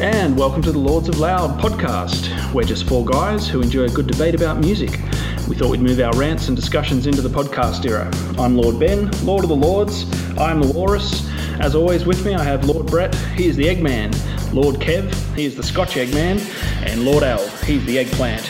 And welcome to the Lords of Loud podcast. We're just four guys who enjoy a good debate about music. We thought we'd move our rants and discussions into the podcast era. I'm Lord Ben, Lord of the Lords. I'm the Walrus. As always, with me I have Lord Brett, he is the Eggman. Lord Kev, he is the Scotch Eggman. And Lord Al, he's the Eggplant.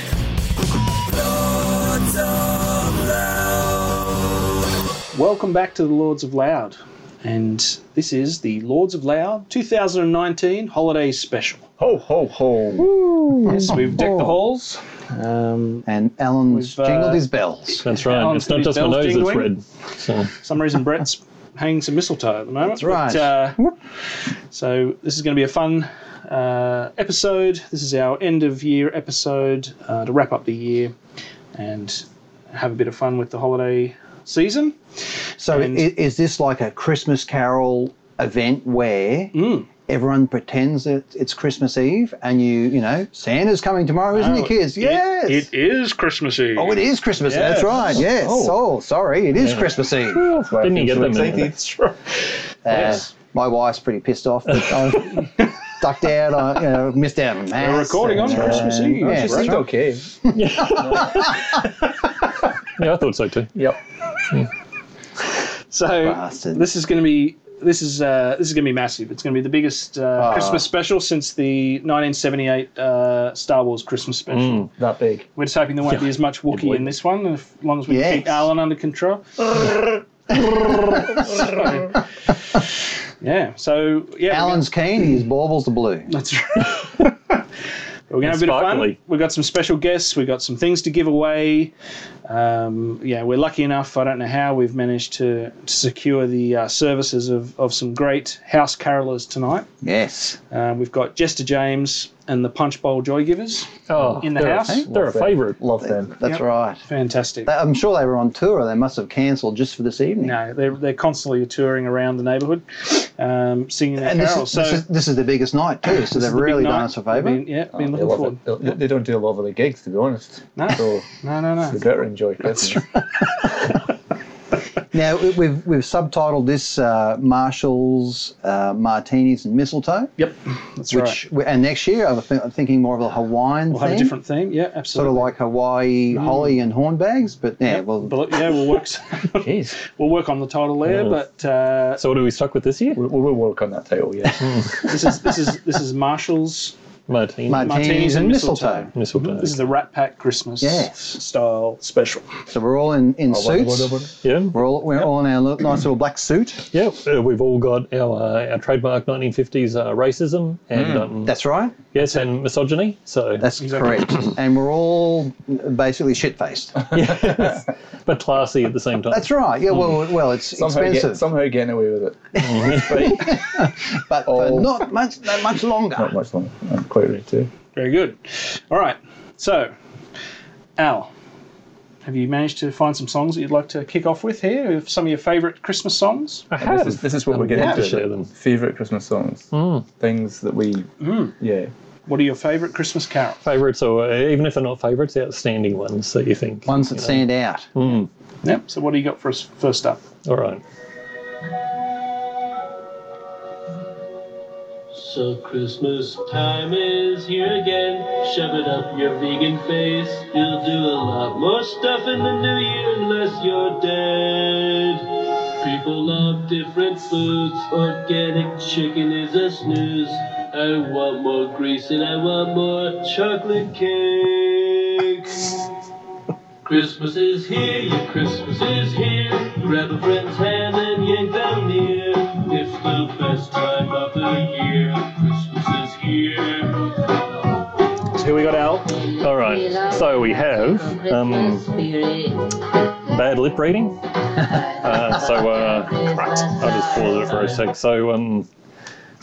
Welcome back to the Lords of Loud. And this is the Lords of Loud 2019 Holiday Special. Ho ho ho! Yes, we've decked the halls. Um, And Alan's We've, uh, jingled his bells. That's right. Alan, it's not these just my bells nose that's jingling? red. So some reason Brett's hanging some mistletoe at the moment. That's right. uh, so this is going to be a fun uh, episode. This is our end of year episode uh, to wrap up the year and have a bit of fun with the holiday season. So i And- is this like a Christmas Carol event where Mm. everyone pretends that it's Christmas Eve and you, you know, Santa's coming tomorrow, isn't he, kids? yes. it is Christmas Eve. oh, it is Christmas. Yes. That's right. Yes. Oh, sorry. It is Christmas Eve. didn't you get them? in? Uh, My wife's pretty pissed off that I ducked out. I you know, missed out on mass. We're recording on and, uh, Christmas Eve. yeah, She's that's like, right. Okay. Yeah, I thought so too. Yep. So Bastards. this is going to be this is uh, this is going to be massive. It's going to be the biggest uh, Ah. Christmas special since the 1978 uh, Star Wars Christmas special. Mm. That big. We're just hoping there won't be as much Wookiee in this one, as long as we Yes. keep Alan under control. So, yeah. So yeah, we're Alan's keen. His baubles are blue. gonna- that's right. We're gonna have a bit of fun. Sparkly. We've got some special guests. We've got some things to give away. Um, yeah, we're lucky enough. I don't know how we've managed to, to secure the uh, services of, of some great house carolers tonight. Yes. Uh, we've got Jester James and the Punch Bowl Joy Givers. Oh, In the they're house? A, they're a Love that. favourite. Love them. That's Yep. right. Fantastic. They- I'm sure they were on tour. They must have cancelled just for this evening. No, they're, they're constantly touring around the neighbourhood, um, singing their And this carols. is, so this, is, this is the biggest night too, so this they've is the big really night. done us a favour. We've been- yeah, been Uh, They looking Oh, love forward. it. They, they don't do a lot of the gigs, to be honest. No. So No, no, they no. better enjoy Christmas. Now we- we've we've subtitled this uh, Marshalls, uh, Martinis, and Mistletoe, Yep, that's right. which we- and next year I'm thi- I'm thinking more of a Hawaiian We'll thing, have a different Mm. theme. Yeah, sort absolutely. of like Hawaii holly and hornbags. But yeah, well, But, yeah, we'll work. Jeez. we'll work on the title there, Yeah. but uh, So what are we stuck with this year? We, we will work on that title, yeah. this is this is this is Marshall's. Martin. Martinis, Martinis and and mistletoe. mistletoe. Mistletoe. This is the Rat Pack Christmas Yes. style special. So we're all in, in suits. Yeah, We're all we're all in our li- nice little black suit. yeah. Uh, we've all got our uh, our trademark 1950s uh, racism and Hmm. um, That's right. yes, and misogyny. So, That's Exactly. correct. and we're all basically shit faced. but classy at the same time. That's right. Yeah. Well, well, it's Somehow, expensive. get, somehow getting away with it. but for Oh. not much not much longer. Not much longer. I'm quite ready too. Very good. All right. So, Al, have you managed to find some songs that you'd like to kick off with here? Of Some of your favourite Christmas songs? I And have. this is this is what we're getting Yeah. into. Share them. Favorite Christmas songs. Things that we. Yeah. What are your favourite Christmas carols? Favourites, or uh, even if they're not favourites, outstanding ones that you think. Ones that you know. stand out. Yep. So what do you got for us first up? All right. So Christmas time is here again. Shove it up your vegan face. You'll do a lot more stuff in the new year unless you're dead. People love different foods. Organic chicken is a snooze. I want more grease and I want more chocolate cake. Christmas is here, your Christmas is here. Grab a friend's hand and yank them near. It's the best time of the year. Christmas is here. So here we got Al. All right. So we have um, bad lip reading. Uh, so uh, right, I'll just pause it for a sec. So um,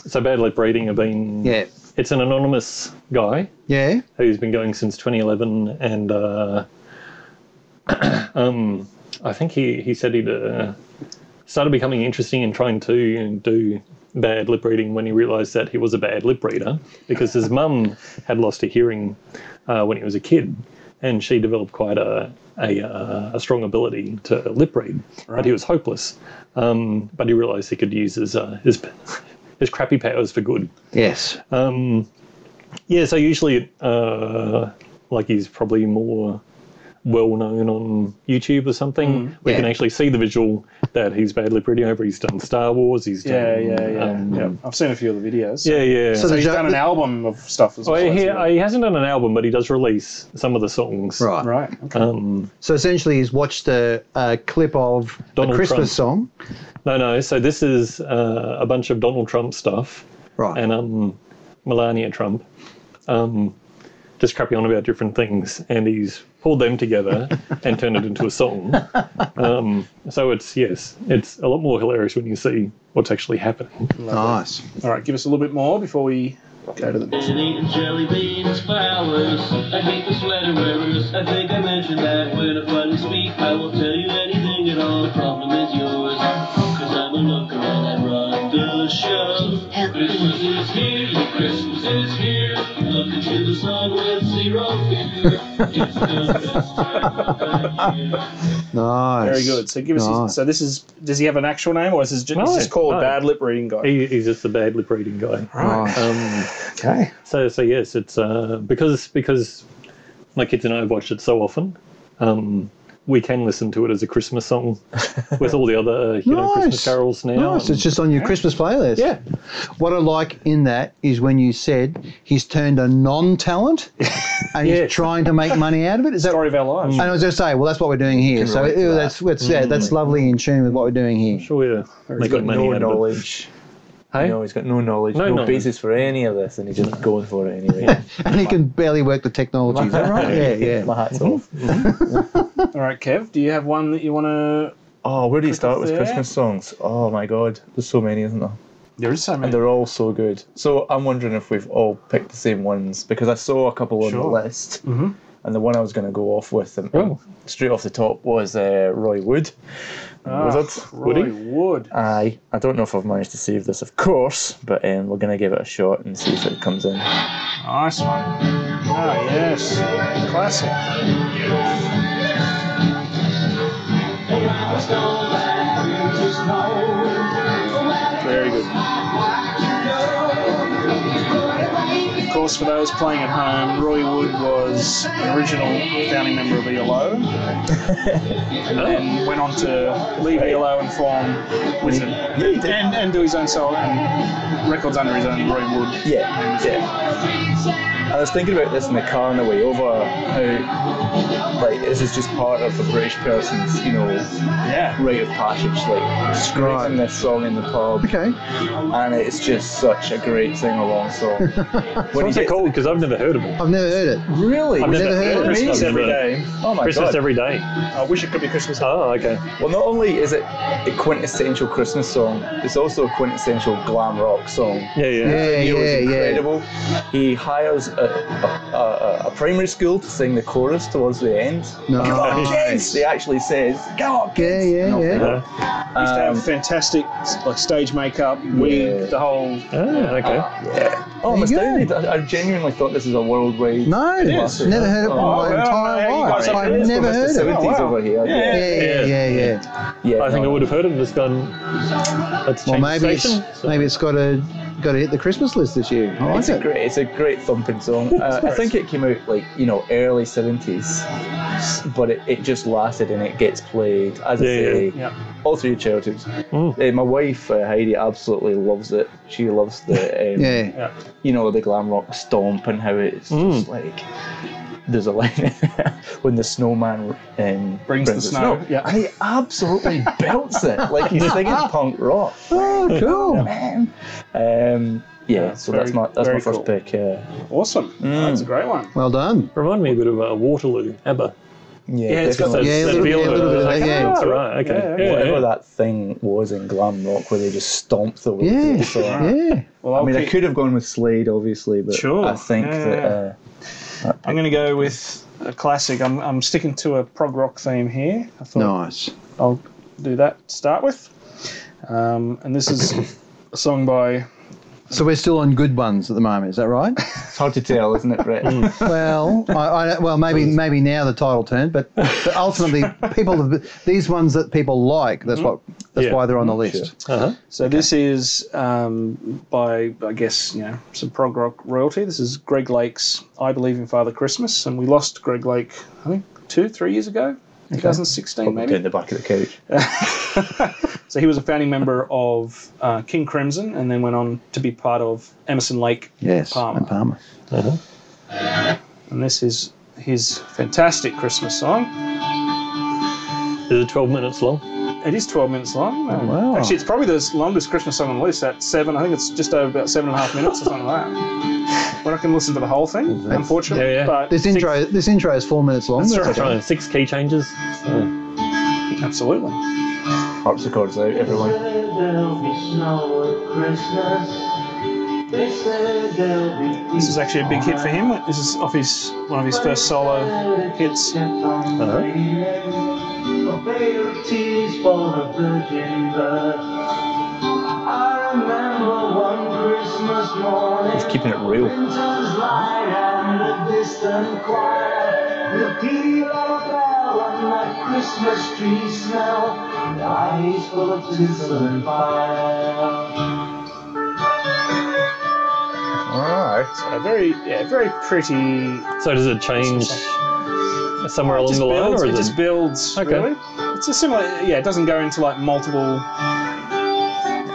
so bad lip reading have been. Yeah. It's an anonymous guy Yeah. who's been going since 2011, and uh, um, I think he he said he'd uh, started becoming interesting in trying to do bad lip reading when he realised that he was a bad lip reader because his mum had lost her hearing uh, when he was a kid, and she developed quite a a, uh, a strong ability to lip read, but he was hopeless. Um, but he realised he could use his uh, his there's crappy powers for good. Yes. Um, Yeah, so usually, uh, like he's probably more well known on YouTube or something. we Mm, yeah. can actually see the visual that he's badly pretty over. He's done Star Wars. He's Yeah, done, yeah, yeah, um, yeah. I've seen a few of the videos. yeah, yeah. Oh, So So the he's jo- done an the- album of stuff as well. Well, that's he, good. he hasn't done an album, but he does release some of the songs. Right. right. Okay. Um, So essentially, he's watched a, a clip of the Donald Christmas song. no, no. So this is uh, a bunch of Donald Trump stuff Right. and um, Melania Trump, um, just crapping on about different things, and he's pulled them together and turned it into a song. Um, so it's yes, it's a lot more hilarious when you see what's actually happening. nice. All right. Give us a little bit more before we go to the next. Been eating jelly beans for hours. I hate the sweater wearers. I think I mentioned that when I finally speak, I won't tell you anything at all. The problem is yours. Cause I'm a looker and I run the show. Christmas is here, Christmas is here. Look into the sun with zero fear. It's the best time of the year. Nice. Very good. So give us. Nice. His, so this is. Does he have an actual name, or is this just, No, this is called no. Bad Lip Reading Guy? He, he's just a bad lip reading guy. Right. Um, Okay. So so yes, it's uh, because because my kids and I have watched it so often. Um, we can listen to it as a Christmas song with all the other you know, Nice. Christmas carols now. Nice. It's just on your Christmas playlist. yeah, What I like in that is when you said he's turned a non-talent and Yeah. he's trying to make money out of it. Is that Story of our lives. And I was going to say, well, that's what we're doing here. So ew, that's that's, yeah, that's lovely in tune with what we're doing here. sure we're He's got making money no out of it. knowledge. Hey? No, he's got no knowledge. No No, knowledge. basis for any of this, and he's just going for it anyway. And he can barely work the technology. Is that right? Yeah, yeah. My hat's off. All right, Kev. Do you have one that you want to? Oh, where do you start with Christmas there. Christmas songs? Oh my God, there's so many, isn't there? There is so And many. they're all so good. So I'm wondering if we've all picked the same ones because I saw a couple on Sure. the list, and the one I was going to go off with, and, Oh. and straight off the top was uh, Roy Wood. Ah. Wizards. Roy Woody? Wood. I I don't know if I've managed to save this, of course, but um, we're going to give it a shot and see if it comes in. Nice one. Ah, yes. Classic. Very good. Of course, for those playing at home, Roy Wood was an original founding member of ELO and then went on to leave ELO and form Wizard and, and do his own solo and records under his own Roy Wood. Yeah, yeah. I was thinking about this in the car on the way over. How like this is just part of a British person's, you know, Yeah. rite of passage, like screaming this song in the pub, Okay. and it's just such a great sing-along song. What What's it called? Because I've never heard of it. I've never heard it. Really? I've never heard of it. Christmas Christmas every every day. Oh my Christmas god! every day. I wish it could be Christmas. Oh, okay. well, not only is it a quintessential Christmas song, it's also a quintessential glam rock song. Yeah, yeah. Yeah, He was yeah, yeah. incredible. He hires a, a, a, a primary school to sing the chorus towards the end. Come on, Nice. kids! He actually says, "Come on, Yeah, kids!" yeah, yeah. Uh, used to Um, have fantastic like stage makeup, wig, Yeah. the whole. ah, okay. yeah. Oh, I'm There you go. astounded. I, I genuinely thought this is a worldwide. No, is. never heard it in Oh, my well, entire hey, you guys life. have I've this never Almost the heard it. 70s Oh, wow. over here. Yeah. Yeah, yeah, yeah, yeah. Yeah, I think I no, would have heard of this gun. Let's Well, change maybe it's, station. maybe it's got to got to hit the Christmas list this year. I like It's a Oh, it. great, it's a great thumping song. Uh, I think it came out like you know early seventies, but it, it just lasted and it gets played as I Yeah, yeah. say Yeah. all through childhood. Uh, my wife uh, Heidi absolutely loves it. She loves the um, Yeah. you know the glam rock stomp and how it's just like there's a line when the snowman um, Brings the snow, yeah. and he absolutely belts it like he's singing punk rock. Oh, cool. Man, um, yeah, That's so that's very- my that's my very cool. first pick. Uh, Awesome. That's a great one. Well done. Remind me a bit of uh, Waterloo, ABBA. Yeah, it's got that, definitely. Yeah, a that little- feel yeah, a of little bit of like, that, yeah. ah, right, okay. Yeah, Yeah, whatever yeah. that thing was in glam rock where they just stomped the way through Yeah. the song. Yeah. Well, I I'll mean, I pick- could have gone with Slade, obviously, but Sure. I think Yeah, that yeah, uh, I'm going to go with a classic. I'm, I'm sticking to a prog rock theme here. I thought Nice. I'll do that to start with. Um, and this is a song by So we're still on good ones at the moment, is that right? It's hard to tell, isn't it, Brett? Mm. well, I, I, well, maybe maybe now the title turned, but, but ultimately, people have, these ones that people like. That's what. That's Yeah. why they're on the list. Uh-huh. So this is um, by, I guess, you know, some prog rock royalty. This is Greg Lake's "I Believe in Father Christmas," and we lost Greg Lake, I think, two, three years ago, 2016 maybe. Down the back of the couch. So he was a founding member of uh, King Crimson, and then went on to be part of Emerson Lake Yes, Palmer. and Palmer. Uh-huh. And this is his fantastic Christmas song. Is it 12 minutes long? It is 12 minutes long. Um, Wow. Actually, it's probably the longest Christmas song on the list. At seven, I think it's just over about seven and a half minutes or something like that. We're not going to listen to the whole thing, unfortunately. Yeah, yeah. But This intro. This intro is four minutes long. That's That's right. Trying six key changes. Uh, absolutely. Harpsichords out, everyone. said there'll be snow at Christmas. They said there'll be This is actually a big hit for him. This is off his one of his first solo hits. Uh-huh. A bale of tears for a virgin birth. I remember one Christmas morning. He's keeping it real. Winter's light and the distant choir. The peal of a bell and that Christmas tree smell. Eyes full of tinsel and fire. Alright. A very, yeah, very pretty. so does it change somewhere It along just the line, builds. or It is just it? builds. Okay. Really, it's a similar. Yeah, it doesn't go into like multiple.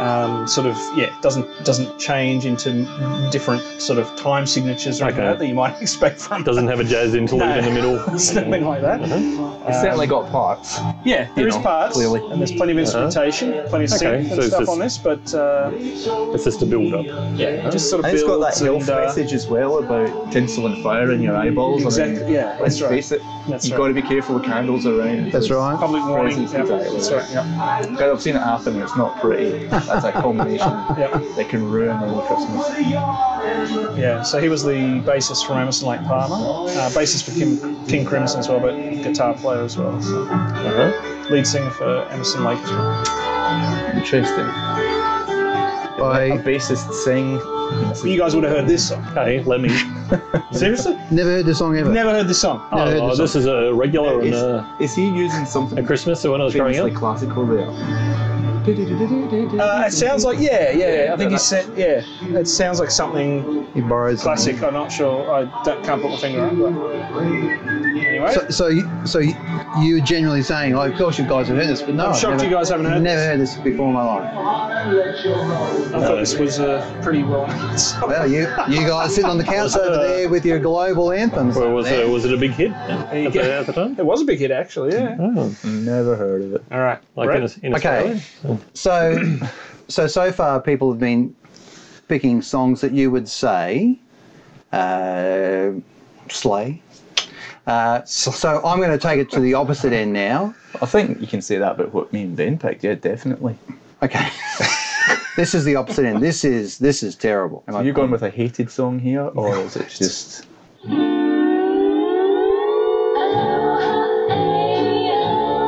Um, sort of yeah, it doesn't doesn't change into different sort of time signatures or anything Okay. like that you might expect from Doesn't have a jazz interlude in the middle. Uh-huh. something like that. Um, It's certainly got parts. Yeah, there is know, parts, clearly. and there's plenty of instrumentation, plenty of Uh-huh. Okay, synth so and it's stuff just- on this, but uh, It's just a build up. yeah, it just sort of And it's got that builds health and, uh, message as well about tinsel and fire in your eyeballs. I Exactly, mean, yeah, let's that's right. face it, That's you've right. got to be careful of candles around. That's right. Public warning. Presents Yeah, exactly. that's right. Yeah. Because I've seen it happen and it's not pretty. That's a combination that can ruin a whole Christmas. yeah. So he was the bassist from Emerson Lake Palmer, uh, bassist for Kim, King Crimson as well, but guitar player as well. So. Uh-huh. Lead singer for Emerson Lake as well. Interesting. A By bassist sing. You guys would have heard this song. Hey, let me. Seriously? never heard this song ever. Never heard this song. Never heard Oh, this this is a regular on Is, uh, is he using at something Christmas when I was growing famously up. classical there? Uh, it sounds like yeah, yeah. I think he that's- said yeah. It sounds like something He borrows classic. I'm not sure. I don't, can't put my finger on. it, But anyway, So, so, you- so you- you were generally saying, oh, of course you guys have heard this, but no, I'm I've shocked never- you guys haven't heard Never heard this before in my life. I thought this was uh, pretty well. known song. Well, you, you guys sitting on the couch over there with your global anthems. Where was it? Was it a big hit you at go. the, at the time? It was a big hit actually. Yeah. Oh, Never heard of it. All right. like in, Brett? Aus- in Okay. Australia. So, so so far, people have been picking songs that you would say uh, slay. Uh, so I'm going to take it to the opposite end now. I think you can say that about what me and Ben picked. Yeah, definitely. Okay, this is the opposite end. This is this is terrible. Are you going with a hated song here, or is it just?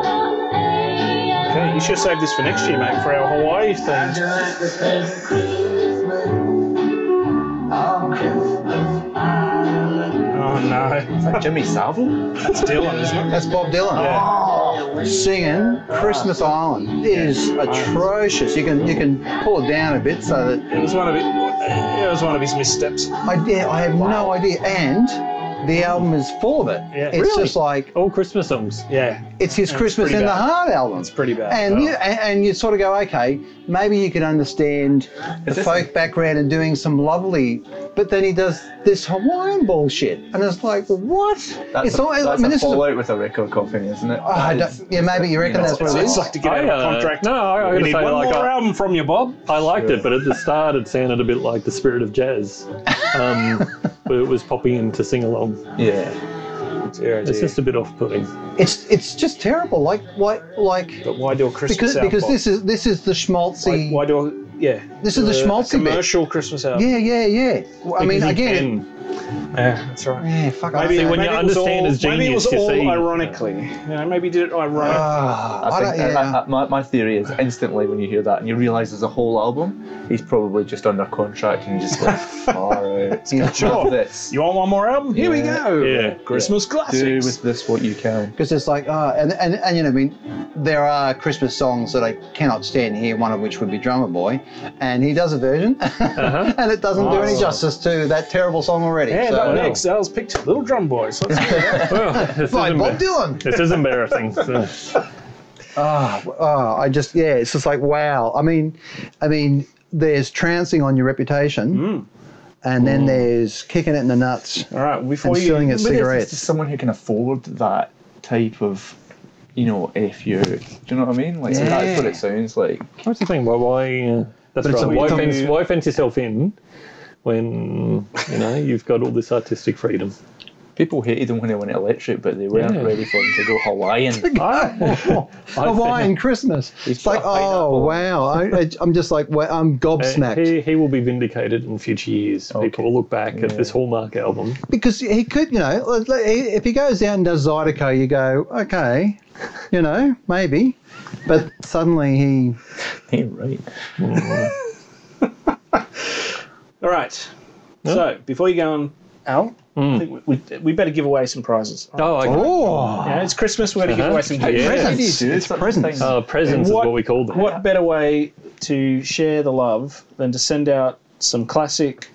Okay, you should save this for next year, mate, for our Hawaii thing. Oh no, Is that Jimmy Savile? that's Dylan, isn't it? That's Bob Dylan. Singing Christmas Island It is atrocious. You can you can pull it down a bit so that It was one of it. It was one of his missteps. I, yeah, I have no idea. And the album is full of it. Yeah. it's Really? just like All Christmas songs. Yeah, it's his Christmas pretty in the bad. Heart album. it's pretty bad. and you and, and you sort of go, okay, maybe you can understand the this- folk background and doing some lovely, but then he does this Hawaiian bullshit, and it's like, what? That's it's a, all- that's I mean, a this is. A, fallout with a record company, isn't it? oh, I don't- yeah, maybe you reckon that's it's, what it it's is. like to get out of I, a uh, contract. no, I- I we gotta need say, one like, more I- album from you, Bob. I liked it, but at the start it sounded a bit like the spirit of jazz. Um, but it was popping in to sing along. yeah. It's just a bit off putting. It's it's just terrible. Like like like But why do a Christmas because album? because this is this is the Why, schmaltzy. um, why do a, yeah? This is the schmaltzy bit. commercial Christmas album. Yeah, yeah, yeah. Well, I mean, Because you again, can. Yeah, that's right. yeah, fuck. I Maybe don't when know. you it was understand all- his Maybe it genius, was you all see. Uh, ironically. You know, maybe he did it ironically. Ah, I I don't, think I- yeah. I- my, my theory is instantly when you hear that and you realise there's a whole album, he's probably just under contract and just like, all right, Yeah. sure. this. you want one more album? Here we Yeah. go. Yeah. Christmas Do classics. with this what you can. because it's like ah, and, and and you know, I mean, there are Christmas songs that I cannot stand here. One of which would be Drummer Boy, and he does a version, and it doesn't do any Nice. justice to that terrible song already. Yeah, so, but next, Al's picked Little Drum Boys. Let's Well, this, is like Bob embar- Dylan. this is embarrassing. So, Ah, ah, I just yeah, it's just like wow. I mean, I mean, there's trouncing on your reputation, and then there's kicking it in the nuts. All right, before And you suing us. But it's- Cigarettes. It's just someone who can afford that type of, you know, if you, do you know what I mean? Like so that's what Yeah. it sounds like. what's the thing? Why? why uh, that's it's right. a Why bit- fence, why fence yourself in when you know you've got all this artistic freedom? People hated him when they went electric, but they weren't Yeah. ready for him to go Hawaiian. I, I Hawaiian Christmas. It's like, oh wow! I, I, I'm just like, wow, I'm think- gobsmacked He, he will be vindicated in future years. People will look back at this Hallmark album. because he could, you know, like, like, he- if he goes out and does Zydeco, you go, okay, you know, maybe, but suddenly he, Hey, right. All right. So before you go on, Al, I think we, we, we better give away some prizes. Hmm. Oh, okay. oh, Yeah, it's Christmas. We're going to give Uh-huh. away some gifts. Yeah. How do you Presents. do It's such presents. things? Uh, presents is What- what we called them. What better way to share the love than to send out some classic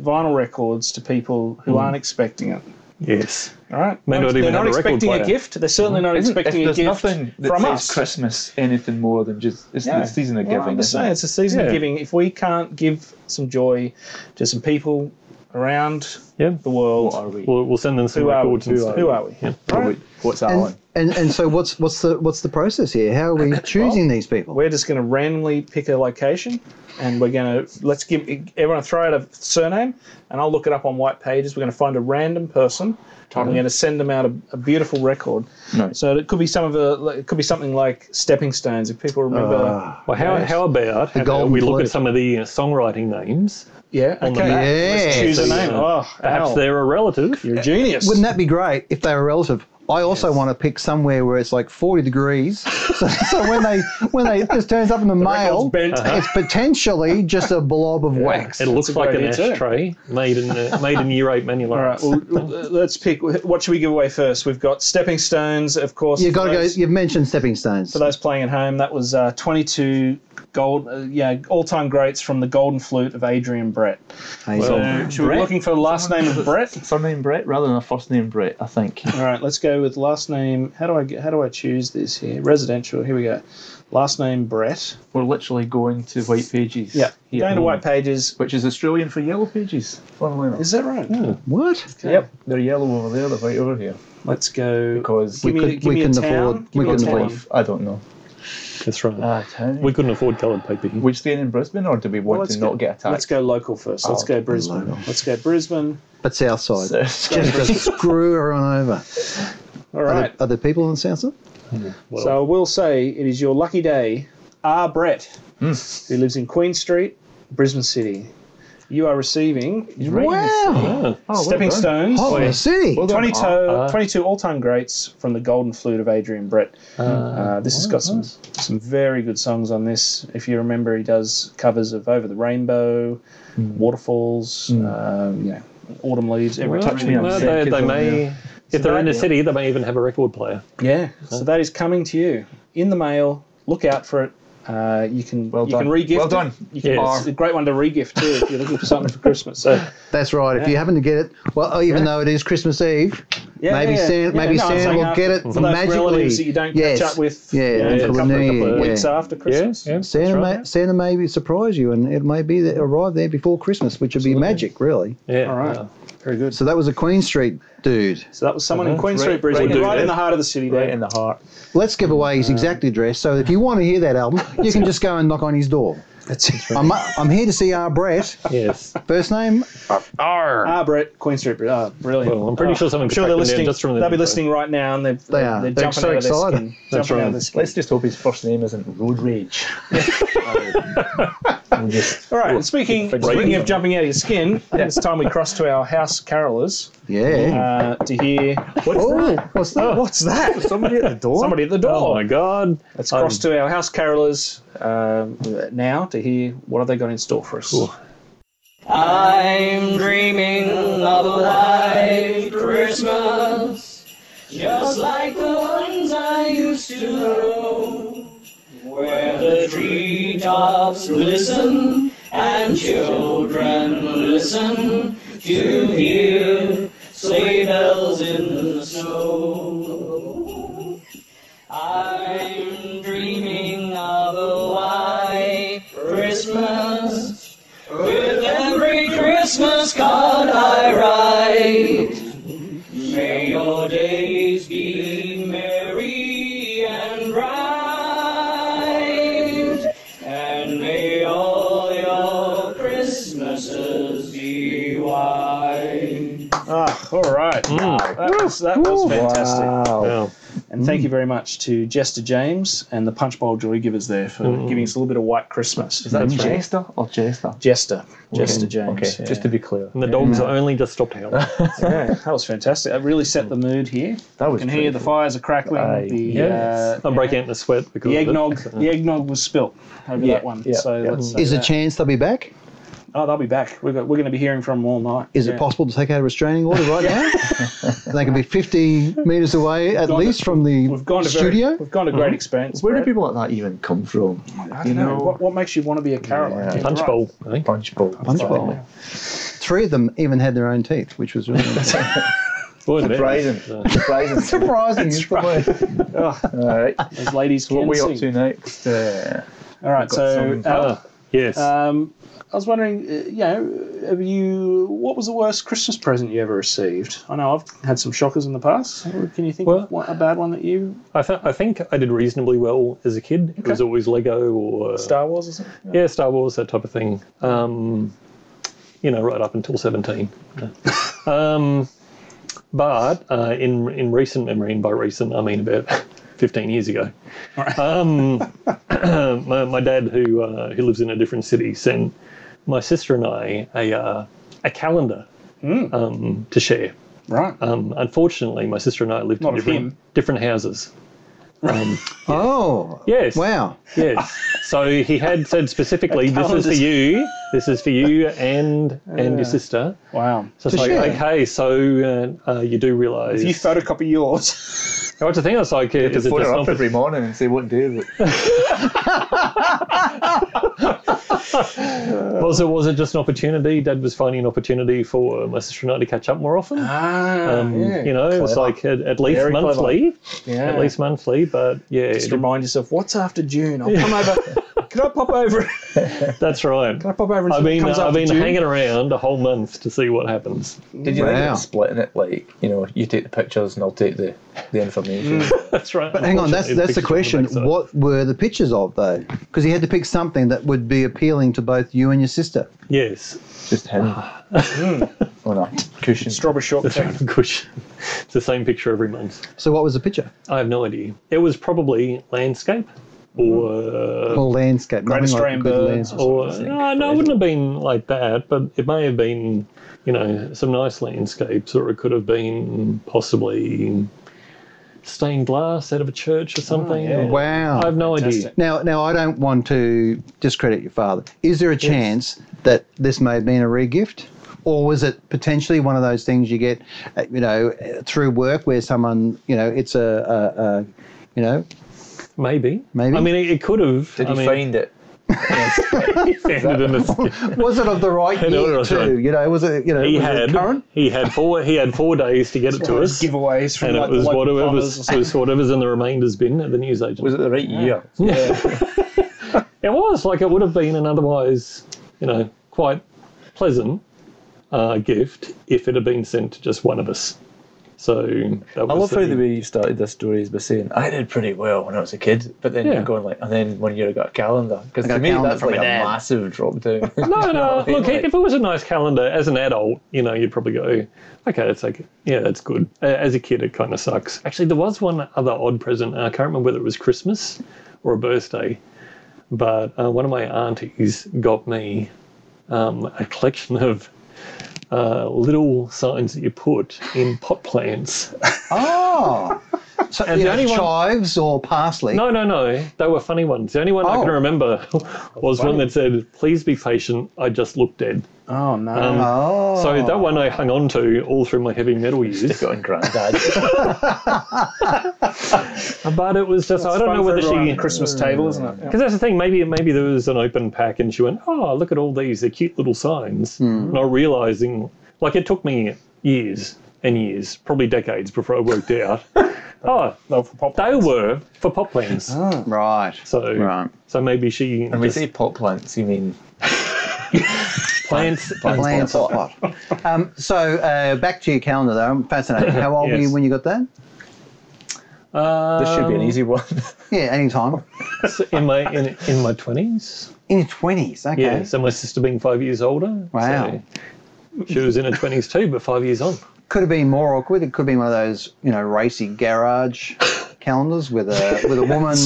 vinyl records to people who aren't expecting it? Yes. All right. Hmm. May They're not even not have a record expecting a player. gift. They're certainly not Isn't- Hmm. if expecting a there's gift nothing that from says us. Christmas anything more than just it's No. the season of Well, giving. I'm just isn't saying, it? it's a season Yeah. of giving. If we can't give some joy to some people around Yeah. the world, What are we? We'll, we'll send them some who are we? records. and Who stuff. are we? Who are we? All right. What's that and, on? and and so what's what's the what's the process here? How are we choosing these people? We're just going to randomly pick a location, and we're going to let's give everyone throw out a surname, and I'll look it up on White Pages. We're going to find a random person. And we're going to send them out a, a beautiful record. Nice. So it could be some of a, it could be something like Stepping Stones, if people remember. Ah, Well, how, how about, how about golden we look blue. at some of the uh, songwriting names? Uh, yeah. on the Okay. back. Let's Yeah. choose a So, name. uh, oh, Perhaps Al, they're a relative. you're a genius. Wouldn't that be great if they were relative? I also want to pick somewhere where it's like 40 degrees. So, so when they when they this turns up in the, mail, record's bent. Uh-huh. it's potentially just a blob of wax. It looks That's a like good an idea too. ashtray made in uh, made in year eight Manny All right. Lawrence. Well, l- let's pick. What should we give away first? We've got Stepping Stones, of course. You've got to go. Those- You've mentioned stepping stones. For those playing at home, that was uh, 22 gold, uh, yeah, all-time greats from the Golden Flute of Adrian Brett. Hazel. So, should we Oh, Brett? be looking for the last name of Brett? Surname Brett rather than a first name Brett, I think. All right, let's go with last name. How do I get, how do I choose this here? Residential. Here we go. Last name Brett. We're literally going to White Pages. Yeah. here. Going to White Pages. Which is Australian for Yellow Pages, funnily enough. Is that right? what? Yep, they're yellow over there, they're white over here. Let's go. Because Give we me, could- give we me a couldn't town. afford- Give we me a couldn't town. afford- I don't know. That's right. Ah, town. we couldn't afford coloured paper here. We're staying in Brisbane, or do we want Well, let's to go- not get attacked? Let's go local first. Let's Oh, go Brisbane. Let's go Brisbane. But south side. So- Just screw everyone over. All Are, right. there, are there people on the south side? Well, So I will say it is your lucky day, R. Brett, who lives in Queen Street, Brisbane City. You are receiving He's right in the city. Wow. yeah. Oh, well Stepping done. Stones, Hot in the city. Well done. 22, Ah. 22 all-time greats from the Golden Flute of Adrian Brett. Uh, this has got some some very good songs on this. If you remember, he does covers of Over the Rainbow, Waterfalls, um, you know, Autumn Leaves. Every Well, touch Me no, Upset they, Kids they on may, there. if they're in the Yeah. city, they may even have a record player. Yeah, so that is coming to you in the mail. Look out for it. Uh, you can Well you done. can regift. Well it. done. You can, Yes. It's a great one to regift too if you're looking for something for Christmas. So That's right. If you happen to get it, well, oh, even though it is Christmas Eve, yeah, Maybe yeah, yeah. Santa- Yeah, maybe I'm Santa saying will after- get it for those magically. relatives that you don't Yes. catch up with. Yeah, you know, until a the couple, new couple of year, weeks yeah. after Christmas. yeah. Santa, That's may, Santa may be surprise you, and it may be that arrive there before Christmas, which would be magic, really. Yeah. All right, Uh, very good. So that was a Queen Street dude. So that was someone in Queen Right- Street, Brisbane, right right, in in there. the heart of the city. There. Right in the heart. Let's give away his exact address. So if you want to hear that album, you can just go and knock on his door. That's I'm, uh, I'm here to see our Brett. yes. First name? Ah, Brett, Queen Street. Brett. Ah, brilliant. Well, I'm pretty Ah, sure someone I'm sure could they're track them down listening. just from the they'll be name, listening right now, and they're, They are. They're, They're jumping so out of their excited. skin. That's jumping right. out of their skin. Let's just hope his first name isn't Road Rage. We'll just- All right. and speaking Right. speaking of jumping out of your skin, it's time we cross to our house carolers Yeah. uh, to hear oh, what's that? what's that? somebody at the door. somebody at the door. Oh my god. Let's cross Um, to our house carolers um, now to hear what have they got in store for us. I'm dreaming of a white Christmas, just like the ones I used to know, where the treetops glisten and children listen to hear sleigh bells in the snow. I'm dreaming of a white Christmas. With every Christmas card I write, may your days be merry and bright, and may all your Christmases be white. Ah, all right. Mm. That was, that was fantastic. Hmm. Wow. And thank you very much to Jester James and the Punch Bowl Joy Givers there for Mm-hmm. giving us a little bit of white Christmas. Is that Jester or Jester? Jester? Jester James. Okay, yeah. just to be clear. And the dogs only just stopped howling. Yeah, that was fantastic. That really set the mood here. That You was can hear the fires are crackling. Aye, the Yeah. uh, I'm breaking out in a sweat because the of it. eggnog, the eggnog was spilt over Yeah, that one. yeah, so yeah. let's, Is uh, a chance they'll be back? oh, they'll be back. We've got, we're going to be hearing from them all night. Is Yeah. it possible to take out a restraining order right now? they can be 50 metres away at Gone to- least from the We've gone to very- studio. we've gone to great expense. Mm-hmm. Where do Brett. people like that even come from? I don't know, what, what makes you want to be a caroler? Yeah. You're Punch right. bowl. I think. punch bowl. Punch bowl. Three of them even had their own teeth, which was really Boy, that is, Surprising. uh, Surprising. surprising. is the word. All right. Those ladies What can we up sing. to next? Uh, All right, got so some- uh, Ah, Yes. um, I was wondering, uh, you know, have you? What was the worst Christmas present you ever received? I know I've had some shockers in the past. Can you think Well- of one, a bad one that you I, th- I think I did reasonably well as a kid. It was always Lego or uh, Star Wars or something? yeah, Star Wars, that type of thing. Um, you know, right up until seventeen. um, but uh, in in recent memory, and by recent I mean about fifteen years ago, um, my, my dad, who uh, who lives in a different city, sent my sister and I a uh, a calendar Hmm. um, to share. Right. Uh, Um, unfortunately, my sister and I lived Not in of different, him. different houses. Um, Oh, Yes. Wow. Yes. So he had said specifically, "This is for you. This is for you and and your sister." wow. So it's like, share. okay, so uh, uh, you do realise. If you photocopy yours, I want to think. I was like, uh, is just it phone just her up something? every morning and say what day is it. Was it was it just an opportunity? Dad was finding an opportunity for my sister and I to catch up more often. ah, um, You know, it was like at, at least Very clever. monthly, yeah. at least monthly. But yeah, just it- remind yourself what's after June. I'll come over. Can I pop over? Can that's right. I pop over? And see I've what been comes I've after been June? hanging around a whole month to see what happens. Did you Wow. like splitting it? Like you know, you take the pictures and I'll take the, the information. That's right. Hang on, that's Unfortunately, that's the pictures question. on the backside. What were the pictures of though? Because he had to pick something that would be appealing to both you and your sister. Yes. Just him on a cushion. Strawberry shortcake. Of course, it's the same picture every month. So what was the picture? I have no idea. It was probably landscape, or uh, Well, landscape. Great nothing like Australian good birds. landscape. or no, no, it wouldn't have been like that. But it may have been, you know, some nice landscapes, or it could have been possibly stained glass out of a church or something. Oh, Wow. I have no idea. Fantastic. Now, now I don't want to discredit your father. Is there a chance that this may have been a regift, or was it potentially one of those things you get, uh, you know, uh, through work where someone, you know, it's a, a, a you know, Maybe. Maybe? I mean, it, it could have. Did I he mean, find it? he found it in the- was it of the right know what year I'm saying. too? You know, was it, you know, He was it had current? he had four he had four days to get it to us, giveaways from and like it was the local whatever plumbers or was, it was whatever's in the remainders bin at the newsagent. Was it the right year? It was like it would have been an otherwise, you know, quite pleasant uh, gift if it had been sent to just one of us. So that was I love how the- the way you started this story is by saying I did pretty well when I was a kid, but then Yeah. you're going like, and then one year I got a calendar because I got to a me calendar that's from like a my dad. massive drop down. No, no. Look, if it was a nice calendar as an adult, you know, you'd probably go, okay, that's like, yeah, that's good. A- As a kid, it kind of sucks. Actually, there was one other odd present. I can't remember whether it was Christmas or a birthday, but uh, one of my aunties got me um, a collection of uh, little signs that you put in pot plants. Oh, so you the know, only one- chives or parsley. No, no, no. They were funny ones. The only one I Oh. can remember was one that said, please be patient. I just look dead. Um, Oh no. um, Oh, So that one I hung on to all through my heavy metal years. Got in granddad. But it was just, I don't know whether Everyone at she. the Christmas table, isn't it? Because that's the thing, maybe maybe there was an open pack and she went, oh, look at all these, they're cute little signs. Not realizing, like, it took me years and years, probably decades before I worked out. oh, they were for pop plans. right. So, Right. so maybe she When we just say pot plants, you mean plants. Land spot. um, so uh, back to your calendar, though. I'm fascinated. How old were you Yes. when you got that? this should be an Um, easy one. Yeah, any time. in my in, in my twenties. In your twenties. Okay. Yeah, so my sister being five years older. Wow. so she was in her twenties too, but five years on. Could have been more awkward. It could have been one of those, you know, racy garage calendars with a with a woman,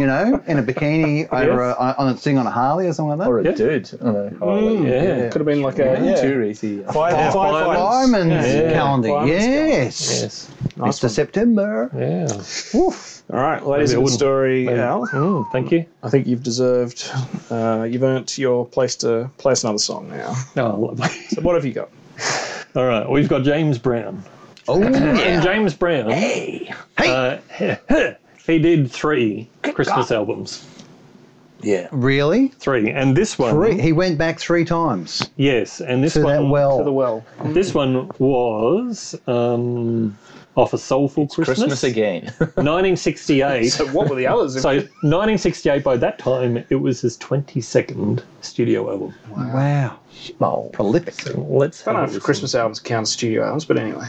you know, in a bikini over a, on a thing on a Harley or something like that. or a Yeah. Oh, dude. on a Harley. Hmm. yeah. Could have been like a Yeah. yeah. Too racy. Fire, Oh, Fireman's Yeah. calendar. Fireman's yes. Yes. Mr. September. Yeah. All right, well, that is a Maybe I good wouldn't. story, Maybe. Al. Mm, thank you. Mm-hmm. I think you've deserved, uh, you've earned your place to play us another song now. Oh, lovely. So what have you got? All right. We've got James Brown. Oh, yeah. And James Brown. Uh, he did three Christmas albums. really? Three. And this one. Three. He went back three times Yes. And this to one. that well. The well. This one was um, off a soulful Christmas. Christmas again. 1968. So what were the others? So 1968. By that time, it was his 22nd studio album. Wow. Prolific. Let's I have don't a know if listen. Christmas albums count as studio albums, but anyway.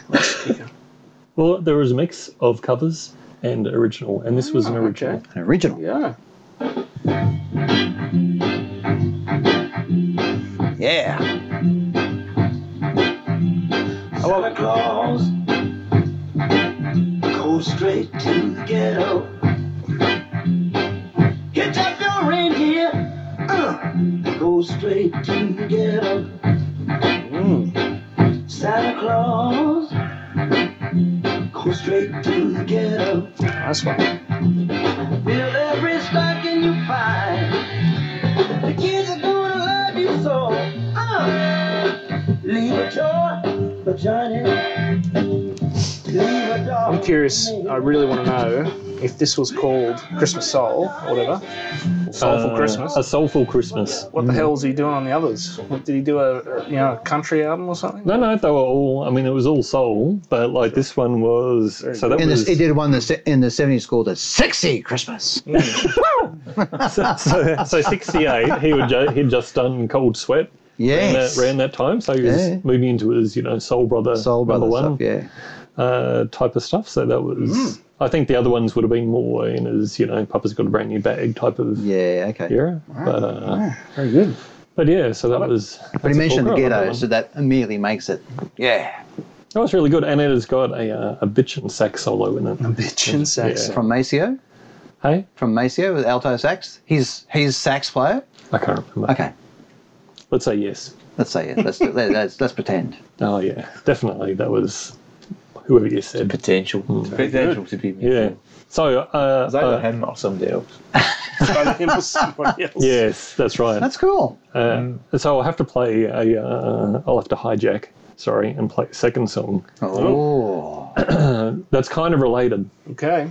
Well, there was a mix of covers and original, and this Oh, was an original. An original. Yeah. Yeah. Santa Claus. Go straight to the ghetto. Hitch up your reindeer. Uh, go straight to the ghetto. Mm. Santa Claus. Go straight to the ghetto. Nice one. Fill every stocking you find. The kids are gonna love you so. Uh, leave a toy for Johnny. Leave a dog. I'm curious, I really want to know if this was called Christmas Soul or whatever. Soulful Uh, Christmas. A soulful Christmas. What the hell was he doing on the others? What, did he do a, a, you know, a country album or something? No, no, they were all. I mean, it was all soul, but like this one was. So that In the, was. he did one that's in the 70s called a sexy Christmas. so, so, so 68. He would ju- he'd just done Cold Sweat. around Yes. that- around that time, so he was Yeah. moving into his, you know, soul brother, Soul number Brother one stuff, yeah. uh, type of stuff. So that was, Hmm. I think the other ones would have been more in his, you know, Papa's got a brand new bag type of Yeah, okay. era. But, uh, Very good. But yeah, so that was. But he mentioned the ghetto, ghettos. so that immediately makes it. Yeah. That was really good, and it has got a uh, a bitch and sax solo in Hmm. it. Bitchin' sax. Yeah. From Maceo, Hey, from Maceo with alto sax. He's he's sax player. I can't remember. Okay, let's say yes. let's say it. Let's let, let's, let's pretend. Oh yeah, definitely. That was whoever you said. Potential. Potential to be me. Hmm. Yeah. So uh, It's either uh, him or somebody else. somebody else. yes, that's right. That's cool. Uh, so I'll have to play a. Uh, I'll have to hijack. Sorry, and play a second song. Oh, That's kind of related. Okay.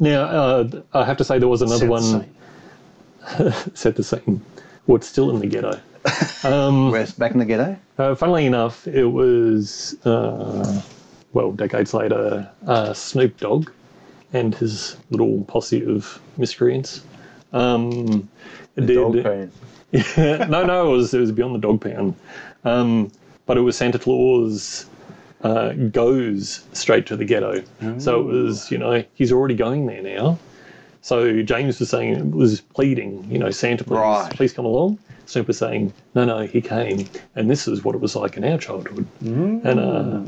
Now uh, I have to say there was another Set the one. scene. set the scene. What's still in the ghetto? Mm. Where's back in the ghetto? Uh, funnily enough, it was uh, well decades later. Uh, Snoop Dogg and his little posse of miscreants. Um, did, Dog pound. no, no, it was it was beyond the dog pound. Um, but it was Santa Claus uh, goes straight to the ghetto. So it was, you know, he's already going there now. So James was saying, was pleading, you know, Santa, please, Right. please come along. Snoop was saying, no, no, he came. And this is what it was like in our childhood. And uh,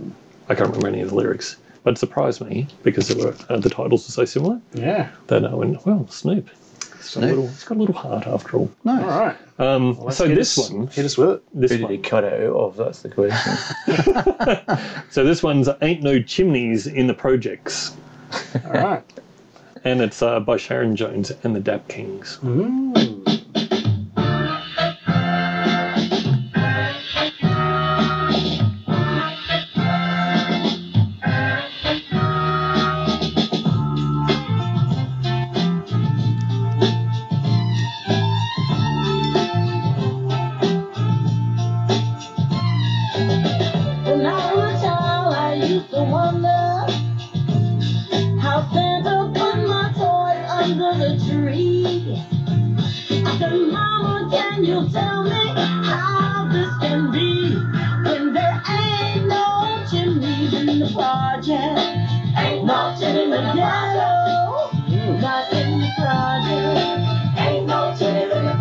I can't remember any of the lyrics, but it surprised me because there were, uh, the titles were so similar Yeah. that I went, well, Snoop. It's got, a Snoop. little, it's got a little heart after all. Nice. All right. Um, so Hit this us- one, Hit us with it. this Who one, did he cut it out of? That's the question. So this one's Ain't No Chimneys in the Projects, All right. and it's uh, by Sharon Jones and the Dap Kings. When I was a child, I used to wonder how Santa put my toys under the tree. I said, Mama, can you tell me how this can be when there ain't no chimneys in the project, ain't no chimney in the ghetto, not in the project, ain't no chimney in the Oh,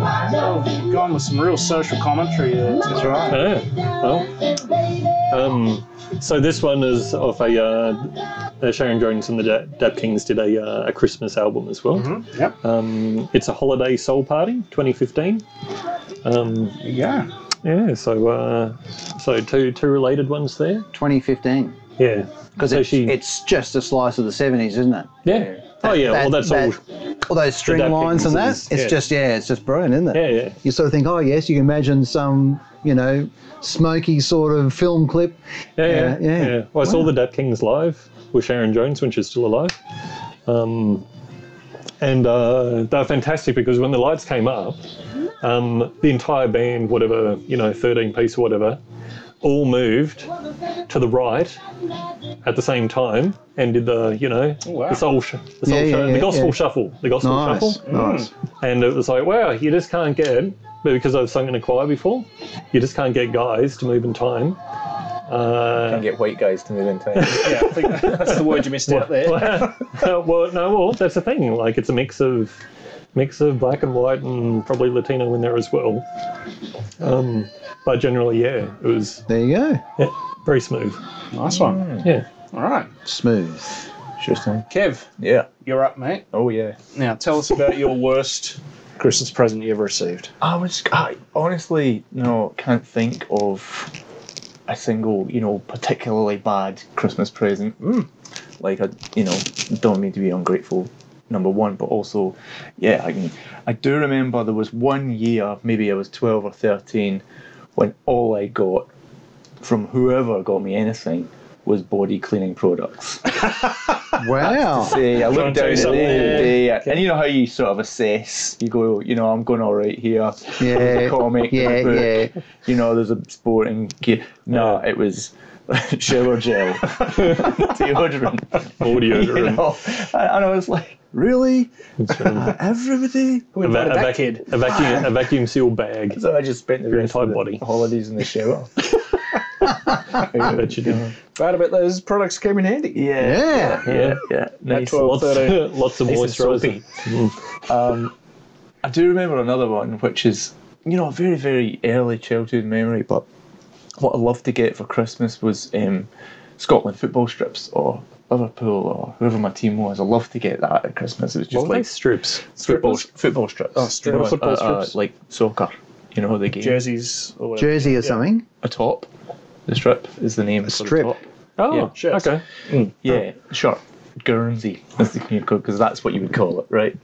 project. we've gone with some real social commentary there. That's right. Yeah. Well, Oh. um, so this one is off a uh, uh, Sharon Jones and the Da- Dap Kings did a, uh, a Christmas album as well. Mm-hmm. Yep. Um, it's a Holiday Soul Party 2015. Um, Yeah. yeah, so uh, so two two related ones there. 2015. Yeah, Because So it's, she- it's just a slice of the 70s, isn't it? yeah. Oh yeah, well that's all. all. All those string that lines and that. Pickens It's is- yeah. just, yeah, it's just brilliant, isn't it? Yeah, yeah. You sort of think, oh, yes, you can imagine some, you know, smoky sort of film clip. Yeah, yeah, Yeah, yeah. yeah. Well, I saw the Dap Kings live with Sharon Jones when she's still alive. Um, and uh, they were fantastic because when the lights came up, um, the entire band, whatever, you know, 13 piece or whatever, all moved to the right at the same time and did the, you know, wow. the soul, sh- the, soul Yeah, yeah, shu- the yeah, gospel yeah. shuffle. The gospel Nice. shuffle. Mm. Nice. And it was like, wow, you just can't get, but because I've sung in a choir before, you just can't get guys to move in time. Uh, and get white guys to move in time. Yeah, I think that's the word you missed out there. well, well, no, well, that's the thing. Like, it's a mix of mix of black and white, and probably Latino in there as well. Um, but generally, yeah, it was There you go. yeah, very smooth. Nice one. Yeah, All right. Smooth. Interesting. Kev, Yeah. you're up, mate. Oh yeah. Now tell us about your worst Christmas present you ever received. I was I honestly no can't think of a single you know particularly bad Christmas present. Mm. Like I you know don't mean to be ungrateful. Number one, but also, yeah, I can. I do remember there was one year, maybe I was twelve or thirteen, when all I got from whoever got me anything was body cleaning products. Wow. See, I Trying look to down do at the something. end of the day, and you know how you sort of assess. You go, you know, I'm going all right here. There's Yeah. a comic, there's Yeah, a book, yeah. you know, there's a sporting gear. No, Yeah. it was shower gel, deodorant. audio. You know, and, and I was like, really? Uh, Everybody? a, va- a, that vac- kid? a vacuum, a vacuum seal bag. So I just spent the Your rest of entire the body. holidays in the shower. I bet you did. Glad about those products came in handy. Yeah, Yeah. yeah, yeah. Nice. 12, Lots, 13. lots of Nice and moisturizer. soapy. Um, I do remember another one, which is you know a very very early childhood memory. But what I loved to get for Christmas was um, Scotland football strips or Liverpool or whoever my team was. I loved to get that at Christmas. It was just What were they? like Strips. football football strips. Oh, strips. You know, Football uh, uh, strips. like soccer. You know the game. Jerseys or whatever. Jersey or something. a top. The strip is the name. A strip. top. Oh, Yeah, shirts. okay. Yeah, Oh. sure. Guernsey. That's the name because that's what you would call it, right?